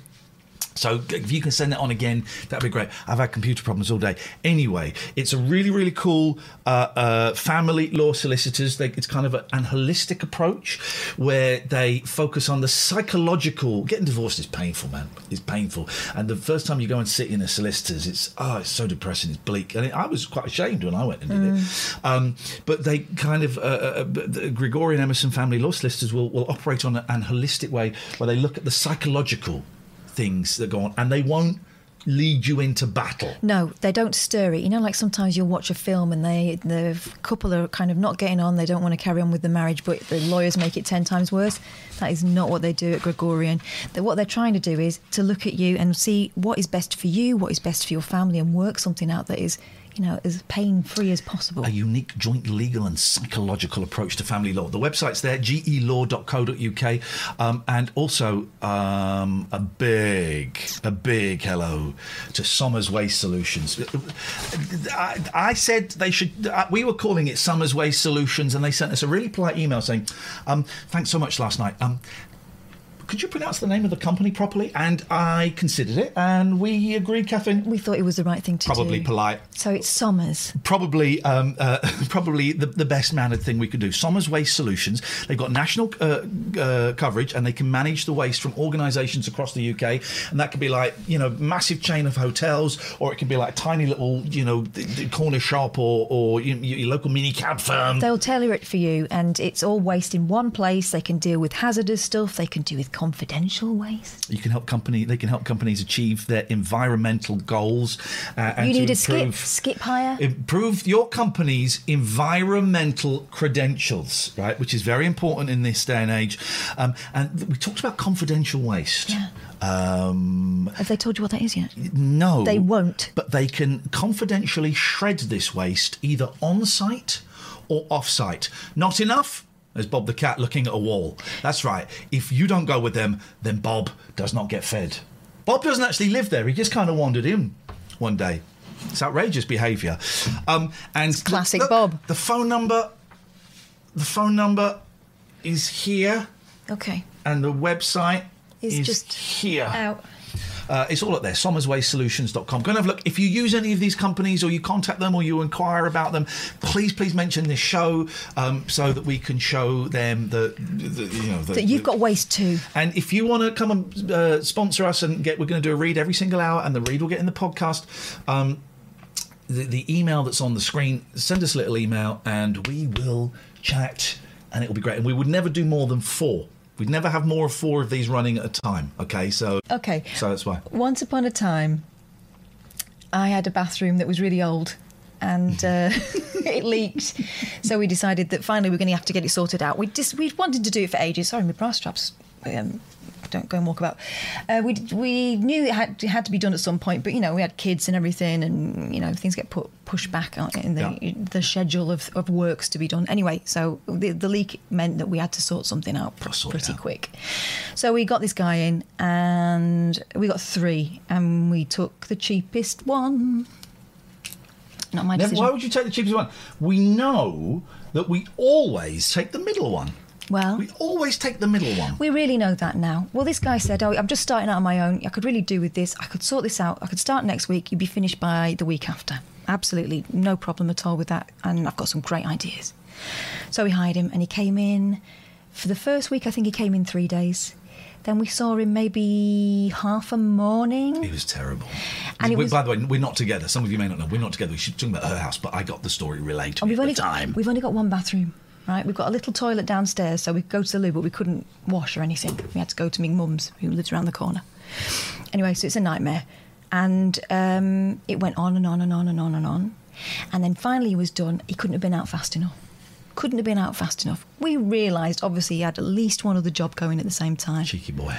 Speaker 1: So if you can send that on again, that'd be great. I've had computer problems all day. Anyway, it's a really, really cool uh, uh, family law solicitors. They, it's kind of a, an holistic approach where they focus on the psychological. Getting divorced is painful, man. It's painful. And the first time you go and sit in a solicitor's, it's oh, it's so depressing. It's bleak. And I was quite ashamed when I went and did it. Um, but they kind of, uh, uh, the Gregorian Emerson family law solicitors will, will operate on a, an holistic way where they look at the psychological things that go on, and they won't lead you into battle.
Speaker 2: No, they don't stir it. You know, like sometimes you'll watch a film and they the couple are kind of not getting on. They don't want to carry on with the marriage, but the lawyers make it ten times worse. That is not what they do at Gregorian. That what they're trying to do is to look at you and see what is best for you, what is best for your family, and work something out that is, you know, as pain free as possible.
Speaker 1: A unique joint legal and psychological approach to family law. The website's there, gelaw.co.uk, um, and also um, a big, a big hello to Summers Waste Solutions. I, I said they should. uh, We were calling it Summers Waste Solutions, and they sent us a really polite email saying, um, "Thanks so much last night. Um, could you pronounce the name of the company properly?" And I considered it, and we agreed, Catherine.
Speaker 2: We thought it was the right thing to
Speaker 1: probably
Speaker 2: do.
Speaker 1: polite
Speaker 2: So it's Summers.
Speaker 1: probably um, uh, probably the, the best mannered thing we could do. Somers Waste Solutions. They've got national uh, uh, coverage and they can manage the waste from organisations across the UK. And that could be like you know massive chain of hotels, or it can be like tiny little you know th- th- corner shop or or your, your local mini cab firm.
Speaker 2: They'll tailor it for you, and it's all waste in one place. They can deal with hazardous stuff. They can deal with confidential ways.
Speaker 1: You can help company. They can help companies achieve their environmental goals. Uh, and
Speaker 2: you need
Speaker 1: to
Speaker 2: a skip,
Speaker 1: improve,
Speaker 2: skip higher.
Speaker 1: Improve your company's environmental credentials, right? Which is very important in this day and age. Um, and th- we talked about confidential waste.
Speaker 2: Yeah.
Speaker 1: Um,
Speaker 2: Have they told you what that is yet?
Speaker 1: no,
Speaker 2: They won't.
Speaker 1: But they can confidentially shred this waste either on site or off site. Not enough. There's Bob the cat looking at a wall. That's right. If you don't go with them, then Bob does not get fed. Bob doesn't actually live there. He just kind of wandered in one day. It's outrageous behaviour. Um, and classic Bob. The phone number. The phone number is here,
Speaker 2: Okay.
Speaker 1: and the website
Speaker 2: It's
Speaker 1: is
Speaker 2: just
Speaker 1: here.
Speaker 2: Out.
Speaker 1: Uh, it's all up there, sommerswaysolutions.com. Go and have a look. If you use any of these companies or you contact them or you inquire about them, please, please mention this show um, so that we can show them the, the you know, the,
Speaker 2: That you've got waste too.
Speaker 1: and if you want to come and uh, sponsor us and get, we're going to do a read every single hour, and the read will get in the podcast. Um, the, the email that's on the screen, send us a little email, and we will chat, and it will be great. And we would never do more than four. We'd never have more of four of these running at a time. Okay, so
Speaker 2: Okay.
Speaker 1: so that's why.
Speaker 2: Once upon a time, I had a bathroom that was really old and uh, it leaked. So we decided that finally we're going to have to get it sorted out. We just we wanted to do it for ages. Sorry, my bra straps. Um, don't go and walk about. Uh, we we knew it had, it had to be done at some point, but you know we had kids and everything, and you know things get put pushed back aren't they, in the the schedule of, of works to be done. Anyway, so the, the leak meant that we had to sort something out pr- pretty quick. So we got this guy in, and we got three, and we took the cheapest one. Not my
Speaker 1: Never-
Speaker 2: decision.
Speaker 1: why would you take the cheapest one? We know that we always take the middle one.
Speaker 2: Well,
Speaker 1: we always take the middle one.
Speaker 2: We really know that now. Well, this guy said, Oh, I'm just starting out on my own. I could really do with this. I could sort this out. I could start next week. You'd be finished by the week after. Absolutely no problem at all with that. And I've got some great ideas. So we hired him and he came in for the first week. I think he came in three days. Then we saw him maybe half a morning.
Speaker 1: It was terrible.
Speaker 2: And it
Speaker 1: We-
Speaker 2: was-
Speaker 1: by the way, we're not together. Some of you may not know. We're not together. We should talk about her house, but I got the story relayed to
Speaker 2: And
Speaker 1: me
Speaker 2: we've
Speaker 1: at
Speaker 2: only
Speaker 1: the time.
Speaker 2: Got, we've only got one bathroom, right? We've got a little toilet downstairs, so we could go to the loo, but we couldn't wash or anything. We had to go to my mum's, who lives around the corner. Anyway, so it's a nightmare, and um, it went on and on and on and on and on, and then finally he was done. He couldn't have been out fast enough. Couldn't have been out fast enough. We realised obviously he had at least one other job going at the same time.
Speaker 1: Cheeky boy.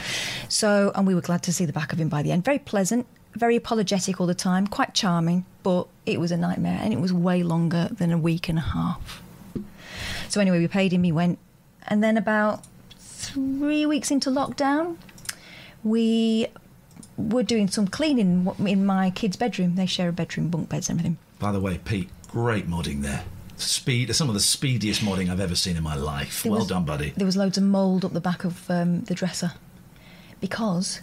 Speaker 2: So, and we were glad to see the back of him by the end. Very pleasant, very apologetic all the time, quite charming, but it was a nightmare and it was way longer than a week and a half. So, anyway, we paid him, he went. And then, about three weeks into lockdown, we were doing some cleaning in my kids' bedroom. They share a bedroom, bunk beds, and everything.
Speaker 1: By the way, Pete, great modding there. Speed, some of the speediest modding I've ever seen in my life.
Speaker 2: There
Speaker 1: well
Speaker 2: was-
Speaker 1: done, buddy.
Speaker 2: There was loads of mould up the back of um, the dresser because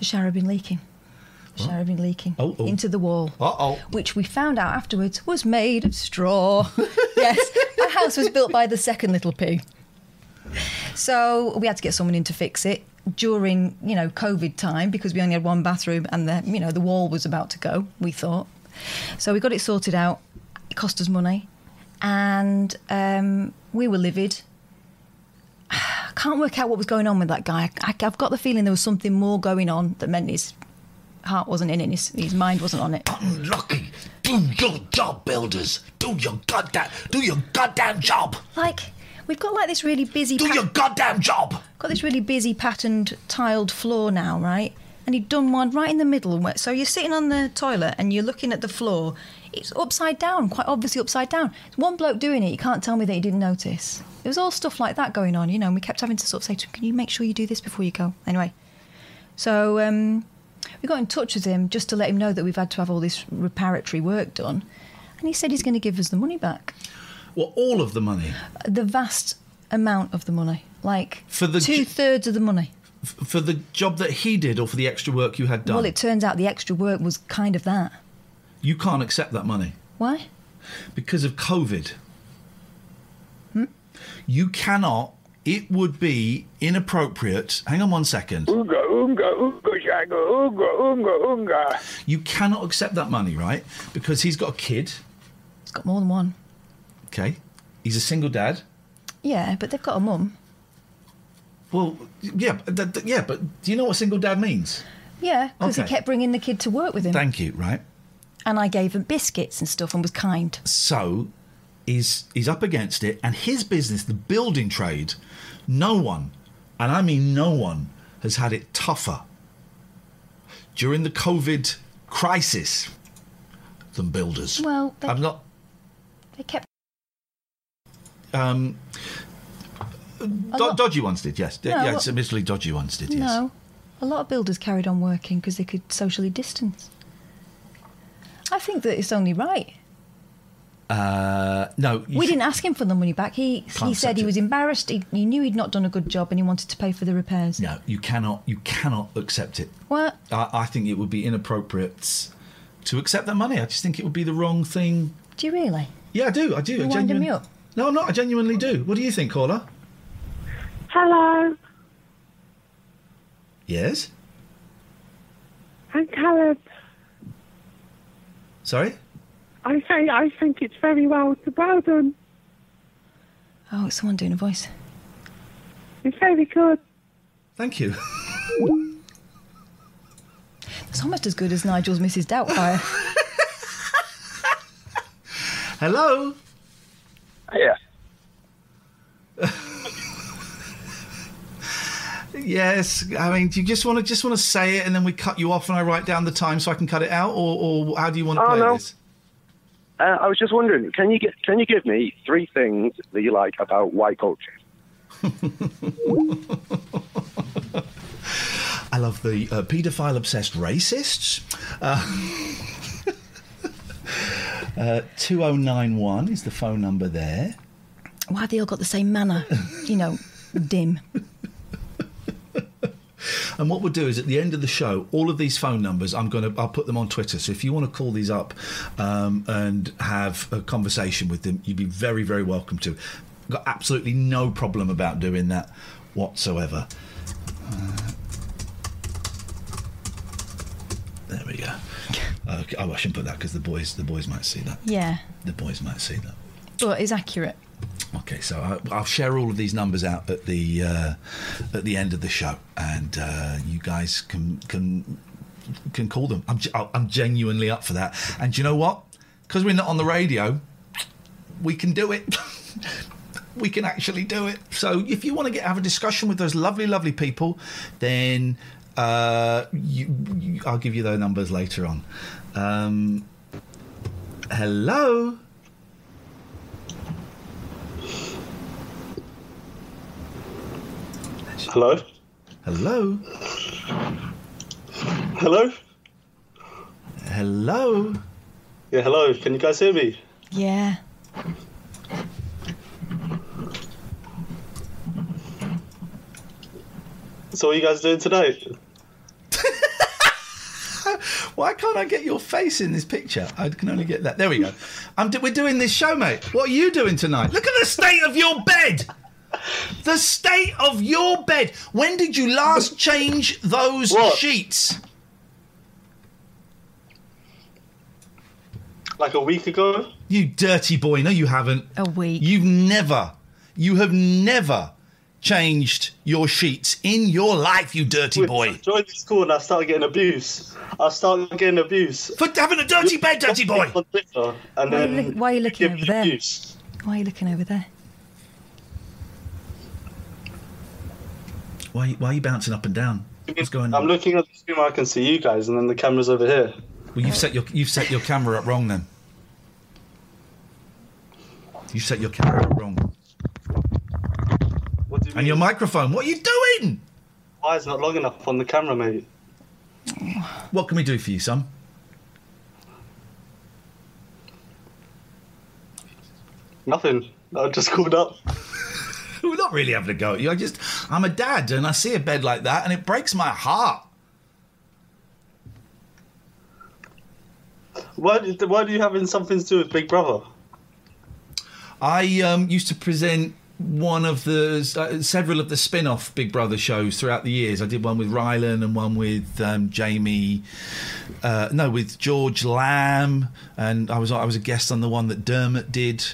Speaker 2: the shower had been leaking. The shower had been leaking
Speaker 1: Oh, oh.
Speaker 2: into the wall.
Speaker 1: Uh oh.
Speaker 2: Which we found out afterwards was made of straw. yes, our house was built by the second little pig. So we had to get someone in to fix it during, you know, COVID time because we only had one bathroom and the, you know, the wall was about to go, we thought. So we got it sorted out. It cost us money and um, we were livid. I can't work out what was going on with that guy. I, I've got the feeling there was something more going on that meant his heart wasn't in it, his, his mind wasn't on it.
Speaker 1: Unlucky. Do your job, builders. Do your goddamn. Do your goddamn job.
Speaker 2: Like, we've got like this really busy.
Speaker 1: Do your goddamn job!
Speaker 2: Got this really busy patterned tiled floor now, right? And he'd done one right in the middle. Where, so you're sitting on the toilet and you're looking at the floor. It's upside down, quite obviously upside down. There's one bloke doing it. You can't tell me that he didn't notice. There was all stuff like that going on, you know. And we kept having to sort of say to him, "Can you make sure you do this before you go?" Anyway, so um, we got in touch with him just to let him know that we've had to have all this reparatory work done, and he said he's going to give us the money back,
Speaker 1: Well, all of the money
Speaker 2: the vast amount of the money, like
Speaker 1: For the
Speaker 2: two
Speaker 1: ju-
Speaker 2: thirds of the money.
Speaker 1: F- for the job that he did or for the extra work you had done.
Speaker 2: Well, it turns out the extra work was kind of that.
Speaker 1: you can't accept that money
Speaker 2: Why?
Speaker 1: because of COVID.
Speaker 2: Hmm?
Speaker 1: You cannot. It would be inappropriate. Hang on one second.
Speaker 16: Oonga, oonga, oonga, shagga, oonga, oonga, oonga.
Speaker 1: You cannot accept that money, right? Because he's got a kid.
Speaker 2: It's got more than one.
Speaker 1: Okay. He's a single dad.
Speaker 2: Yeah, but they've got a mum.
Speaker 1: Well, yeah, but th- th- yeah, but do you know what single dad means?
Speaker 2: Yeah, because
Speaker 1: Okay.
Speaker 2: he kept bringing the kid to work with him.
Speaker 1: Thank you. Right.
Speaker 2: and I gave him biscuits and stuff and was kind.
Speaker 1: So he's he's up against it, and his business, the building trade, no one, and I mean no one, has had it tougher during the COVID crisis than builders.
Speaker 2: Well, they,
Speaker 1: I'm not
Speaker 2: they kept.
Speaker 1: um,
Speaker 2: A
Speaker 1: do-
Speaker 2: lot-
Speaker 1: dodgy ones did. Yes,
Speaker 2: No, Hmm.
Speaker 1: yeah,
Speaker 2: well-
Speaker 1: it's admittedly dodgy ones did. Uh, Yes.
Speaker 2: No, a lot of builders carried on working because they could socially distance. I think that it's only right.
Speaker 1: Uh, no, you
Speaker 2: we
Speaker 1: sh-
Speaker 2: didn't ask him for the money back. He he
Speaker 1: Can't
Speaker 2: said
Speaker 1: accept
Speaker 2: he
Speaker 1: it.
Speaker 2: was embarrassed. He, he knew he'd not done a good job and he wanted to pay for the repairs.
Speaker 1: No, you cannot. You cannot accept it.
Speaker 2: What?
Speaker 1: I, I think it would be inappropriate to accept that money. I just think it would be the wrong thing.
Speaker 2: Do you really?
Speaker 1: Yeah, I do. I do.
Speaker 2: You're
Speaker 1: I
Speaker 2: winding me
Speaker 1: genuine-
Speaker 2: up.
Speaker 1: No, I'm not. I genuinely do. What do you think, caller?
Speaker 16: Hello,
Speaker 1: Yes.
Speaker 16: I'm Caleb.
Speaker 1: Sorry.
Speaker 16: I say I think it's very well, well done.
Speaker 2: Oh, it's someone doing a voice.
Speaker 16: It's very good.
Speaker 1: Thank you.
Speaker 2: It's almost as good as Nigel's Mrs. Doubtfire.
Speaker 1: Hello.
Speaker 16: Yeah.
Speaker 1: Yes. I mean, do you just want to just want to say it, and then we cut you off, and I write down the time so I can cut it out, or, or how do you want to
Speaker 17: Oh,
Speaker 1: play
Speaker 17: no.
Speaker 1: this?
Speaker 17: Uh, I was just wondering, can you get can you give me three things that you like about white culture?
Speaker 1: I love the uh, paedophile obsessed racists. Uh, uh, 2091 is the phone number there.
Speaker 2: Why have they all got the same manner? You know, dim.
Speaker 1: And what we'll do is at the end of the show, all of these phone numbers, I'm going to, I'll put them on Twitter. So if you want to call these up um, and have a conversation with them, you'd be very, very welcome to. Got absolutely no problem about doing that whatsoever. Uh, there we go. Okay, oh, I shouldn't put that because the boys, the boys might see that.
Speaker 2: Yeah,
Speaker 1: The boys might see that.
Speaker 2: but it's accurate.
Speaker 1: Okay, so I, I'll share all of these numbers out at the uh, at the end of the show, and uh, you guys can can can call them. I'm ge- I'm genuinely up for that. And do you know what? Because we're not on the radio, we can do it. we can actually do it. So if you want to get have a discussion with those lovely, lovely people, then uh, you, you, I'll give you their numbers later on. Um, hello.
Speaker 18: Hello.
Speaker 1: Hello.
Speaker 18: Hello.
Speaker 1: Hello.
Speaker 18: Yeah, hello. Can you guys hear me?
Speaker 2: Yeah.
Speaker 18: So, what are you guys doing tonight?
Speaker 1: Why can't I get your face in this picture? I can only get that. There we go. I'm do- we're doing this show, mate. What are you doing tonight? Look at the state of your bed. The state of your bed. When did you last change those sheets?
Speaker 18: Like a week ago?
Speaker 1: You dirty boy. No, you haven't.
Speaker 2: A week.
Speaker 1: You've never, you have never changed your sheets in your life, you dirty boy.
Speaker 18: Join this call and I start getting abuse. I start getting abuse.
Speaker 1: For having a dirty bed, dirty boy!
Speaker 18: On Twitter, and
Speaker 2: Why are you,
Speaker 18: then
Speaker 2: look- why are you looking over there? Why are you looking over there?
Speaker 1: Why, why are you bouncing up and down? What's going on?
Speaker 18: I'm looking at the screen where I can see you guys, and then the camera's over here.
Speaker 1: Well, you've set your you've set your camera up wrong then. You set your camera up wrong.
Speaker 18: What do you
Speaker 1: and your microphone. What are you doing?
Speaker 18: Why is not long enough on the camera, mate?
Speaker 1: What can we do for you, son?
Speaker 18: Nothing. I just called up.
Speaker 1: We're not really having a go at you. I just I'm a dad and I see a bed like that and it breaks my heart.
Speaker 18: Why, do- why do you having something to do with Big Brother?
Speaker 1: I um, used to present one of the uh, several of the spin-off Big Brother shows throughout the years. I did one with Rylan and one with um, Jamie, uh, no, with George Lamb, and I was I was a guest on the one that Dermot did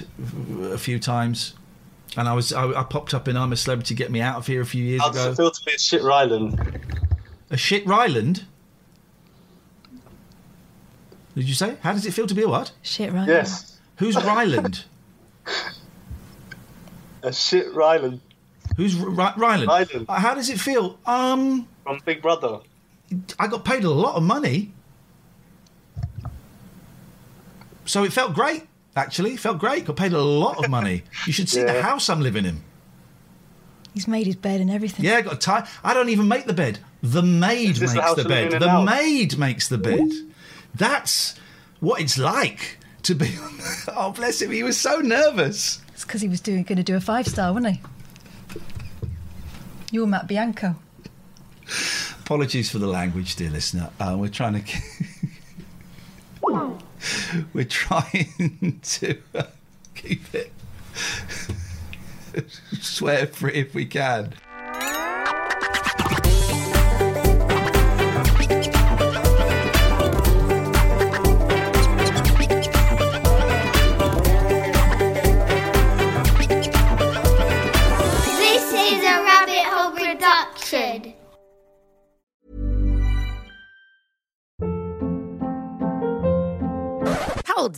Speaker 1: a few times. And I was I, I popped up in I'm a Celebrity, Get Me Out of Here a few years
Speaker 18: How does
Speaker 1: ago.
Speaker 18: it feel to be a shit Ryland?
Speaker 1: A shit Ryland? Did you say? How does it feel to be a what?
Speaker 2: Shit, right?
Speaker 18: Yes.
Speaker 1: Who's Ryland?
Speaker 18: A shit Ryland.
Speaker 1: Who's R- Ryland?
Speaker 18: Ryland.
Speaker 1: Uh, How does it feel? Um.
Speaker 18: From Big Brother.
Speaker 1: I got paid a lot of money. So it felt great, actually. It felt great. Got paid a lot of money. You should see the
Speaker 2: Yeah.
Speaker 1: house I'm living in.
Speaker 2: He's made his bed and everything.
Speaker 1: Yeah, I got a tie. I don't even make the bed. The maid
Speaker 2: this
Speaker 1: makes
Speaker 2: the house
Speaker 1: the
Speaker 2: you're
Speaker 1: bed.
Speaker 2: living in
Speaker 1: The
Speaker 2: now?
Speaker 1: maid makes the bed. That's what it's like to be. oh, bless him. He was so nervous.
Speaker 2: It's because he was doing going to do a five star, wasn't he? You're Matt Bianco.
Speaker 1: Apologies for the language, dear listener. Uh, we're trying to. we're trying to uh, keep it swear free if we can.
Speaker 19: This is a rabbit hole production.
Speaker 20: Hold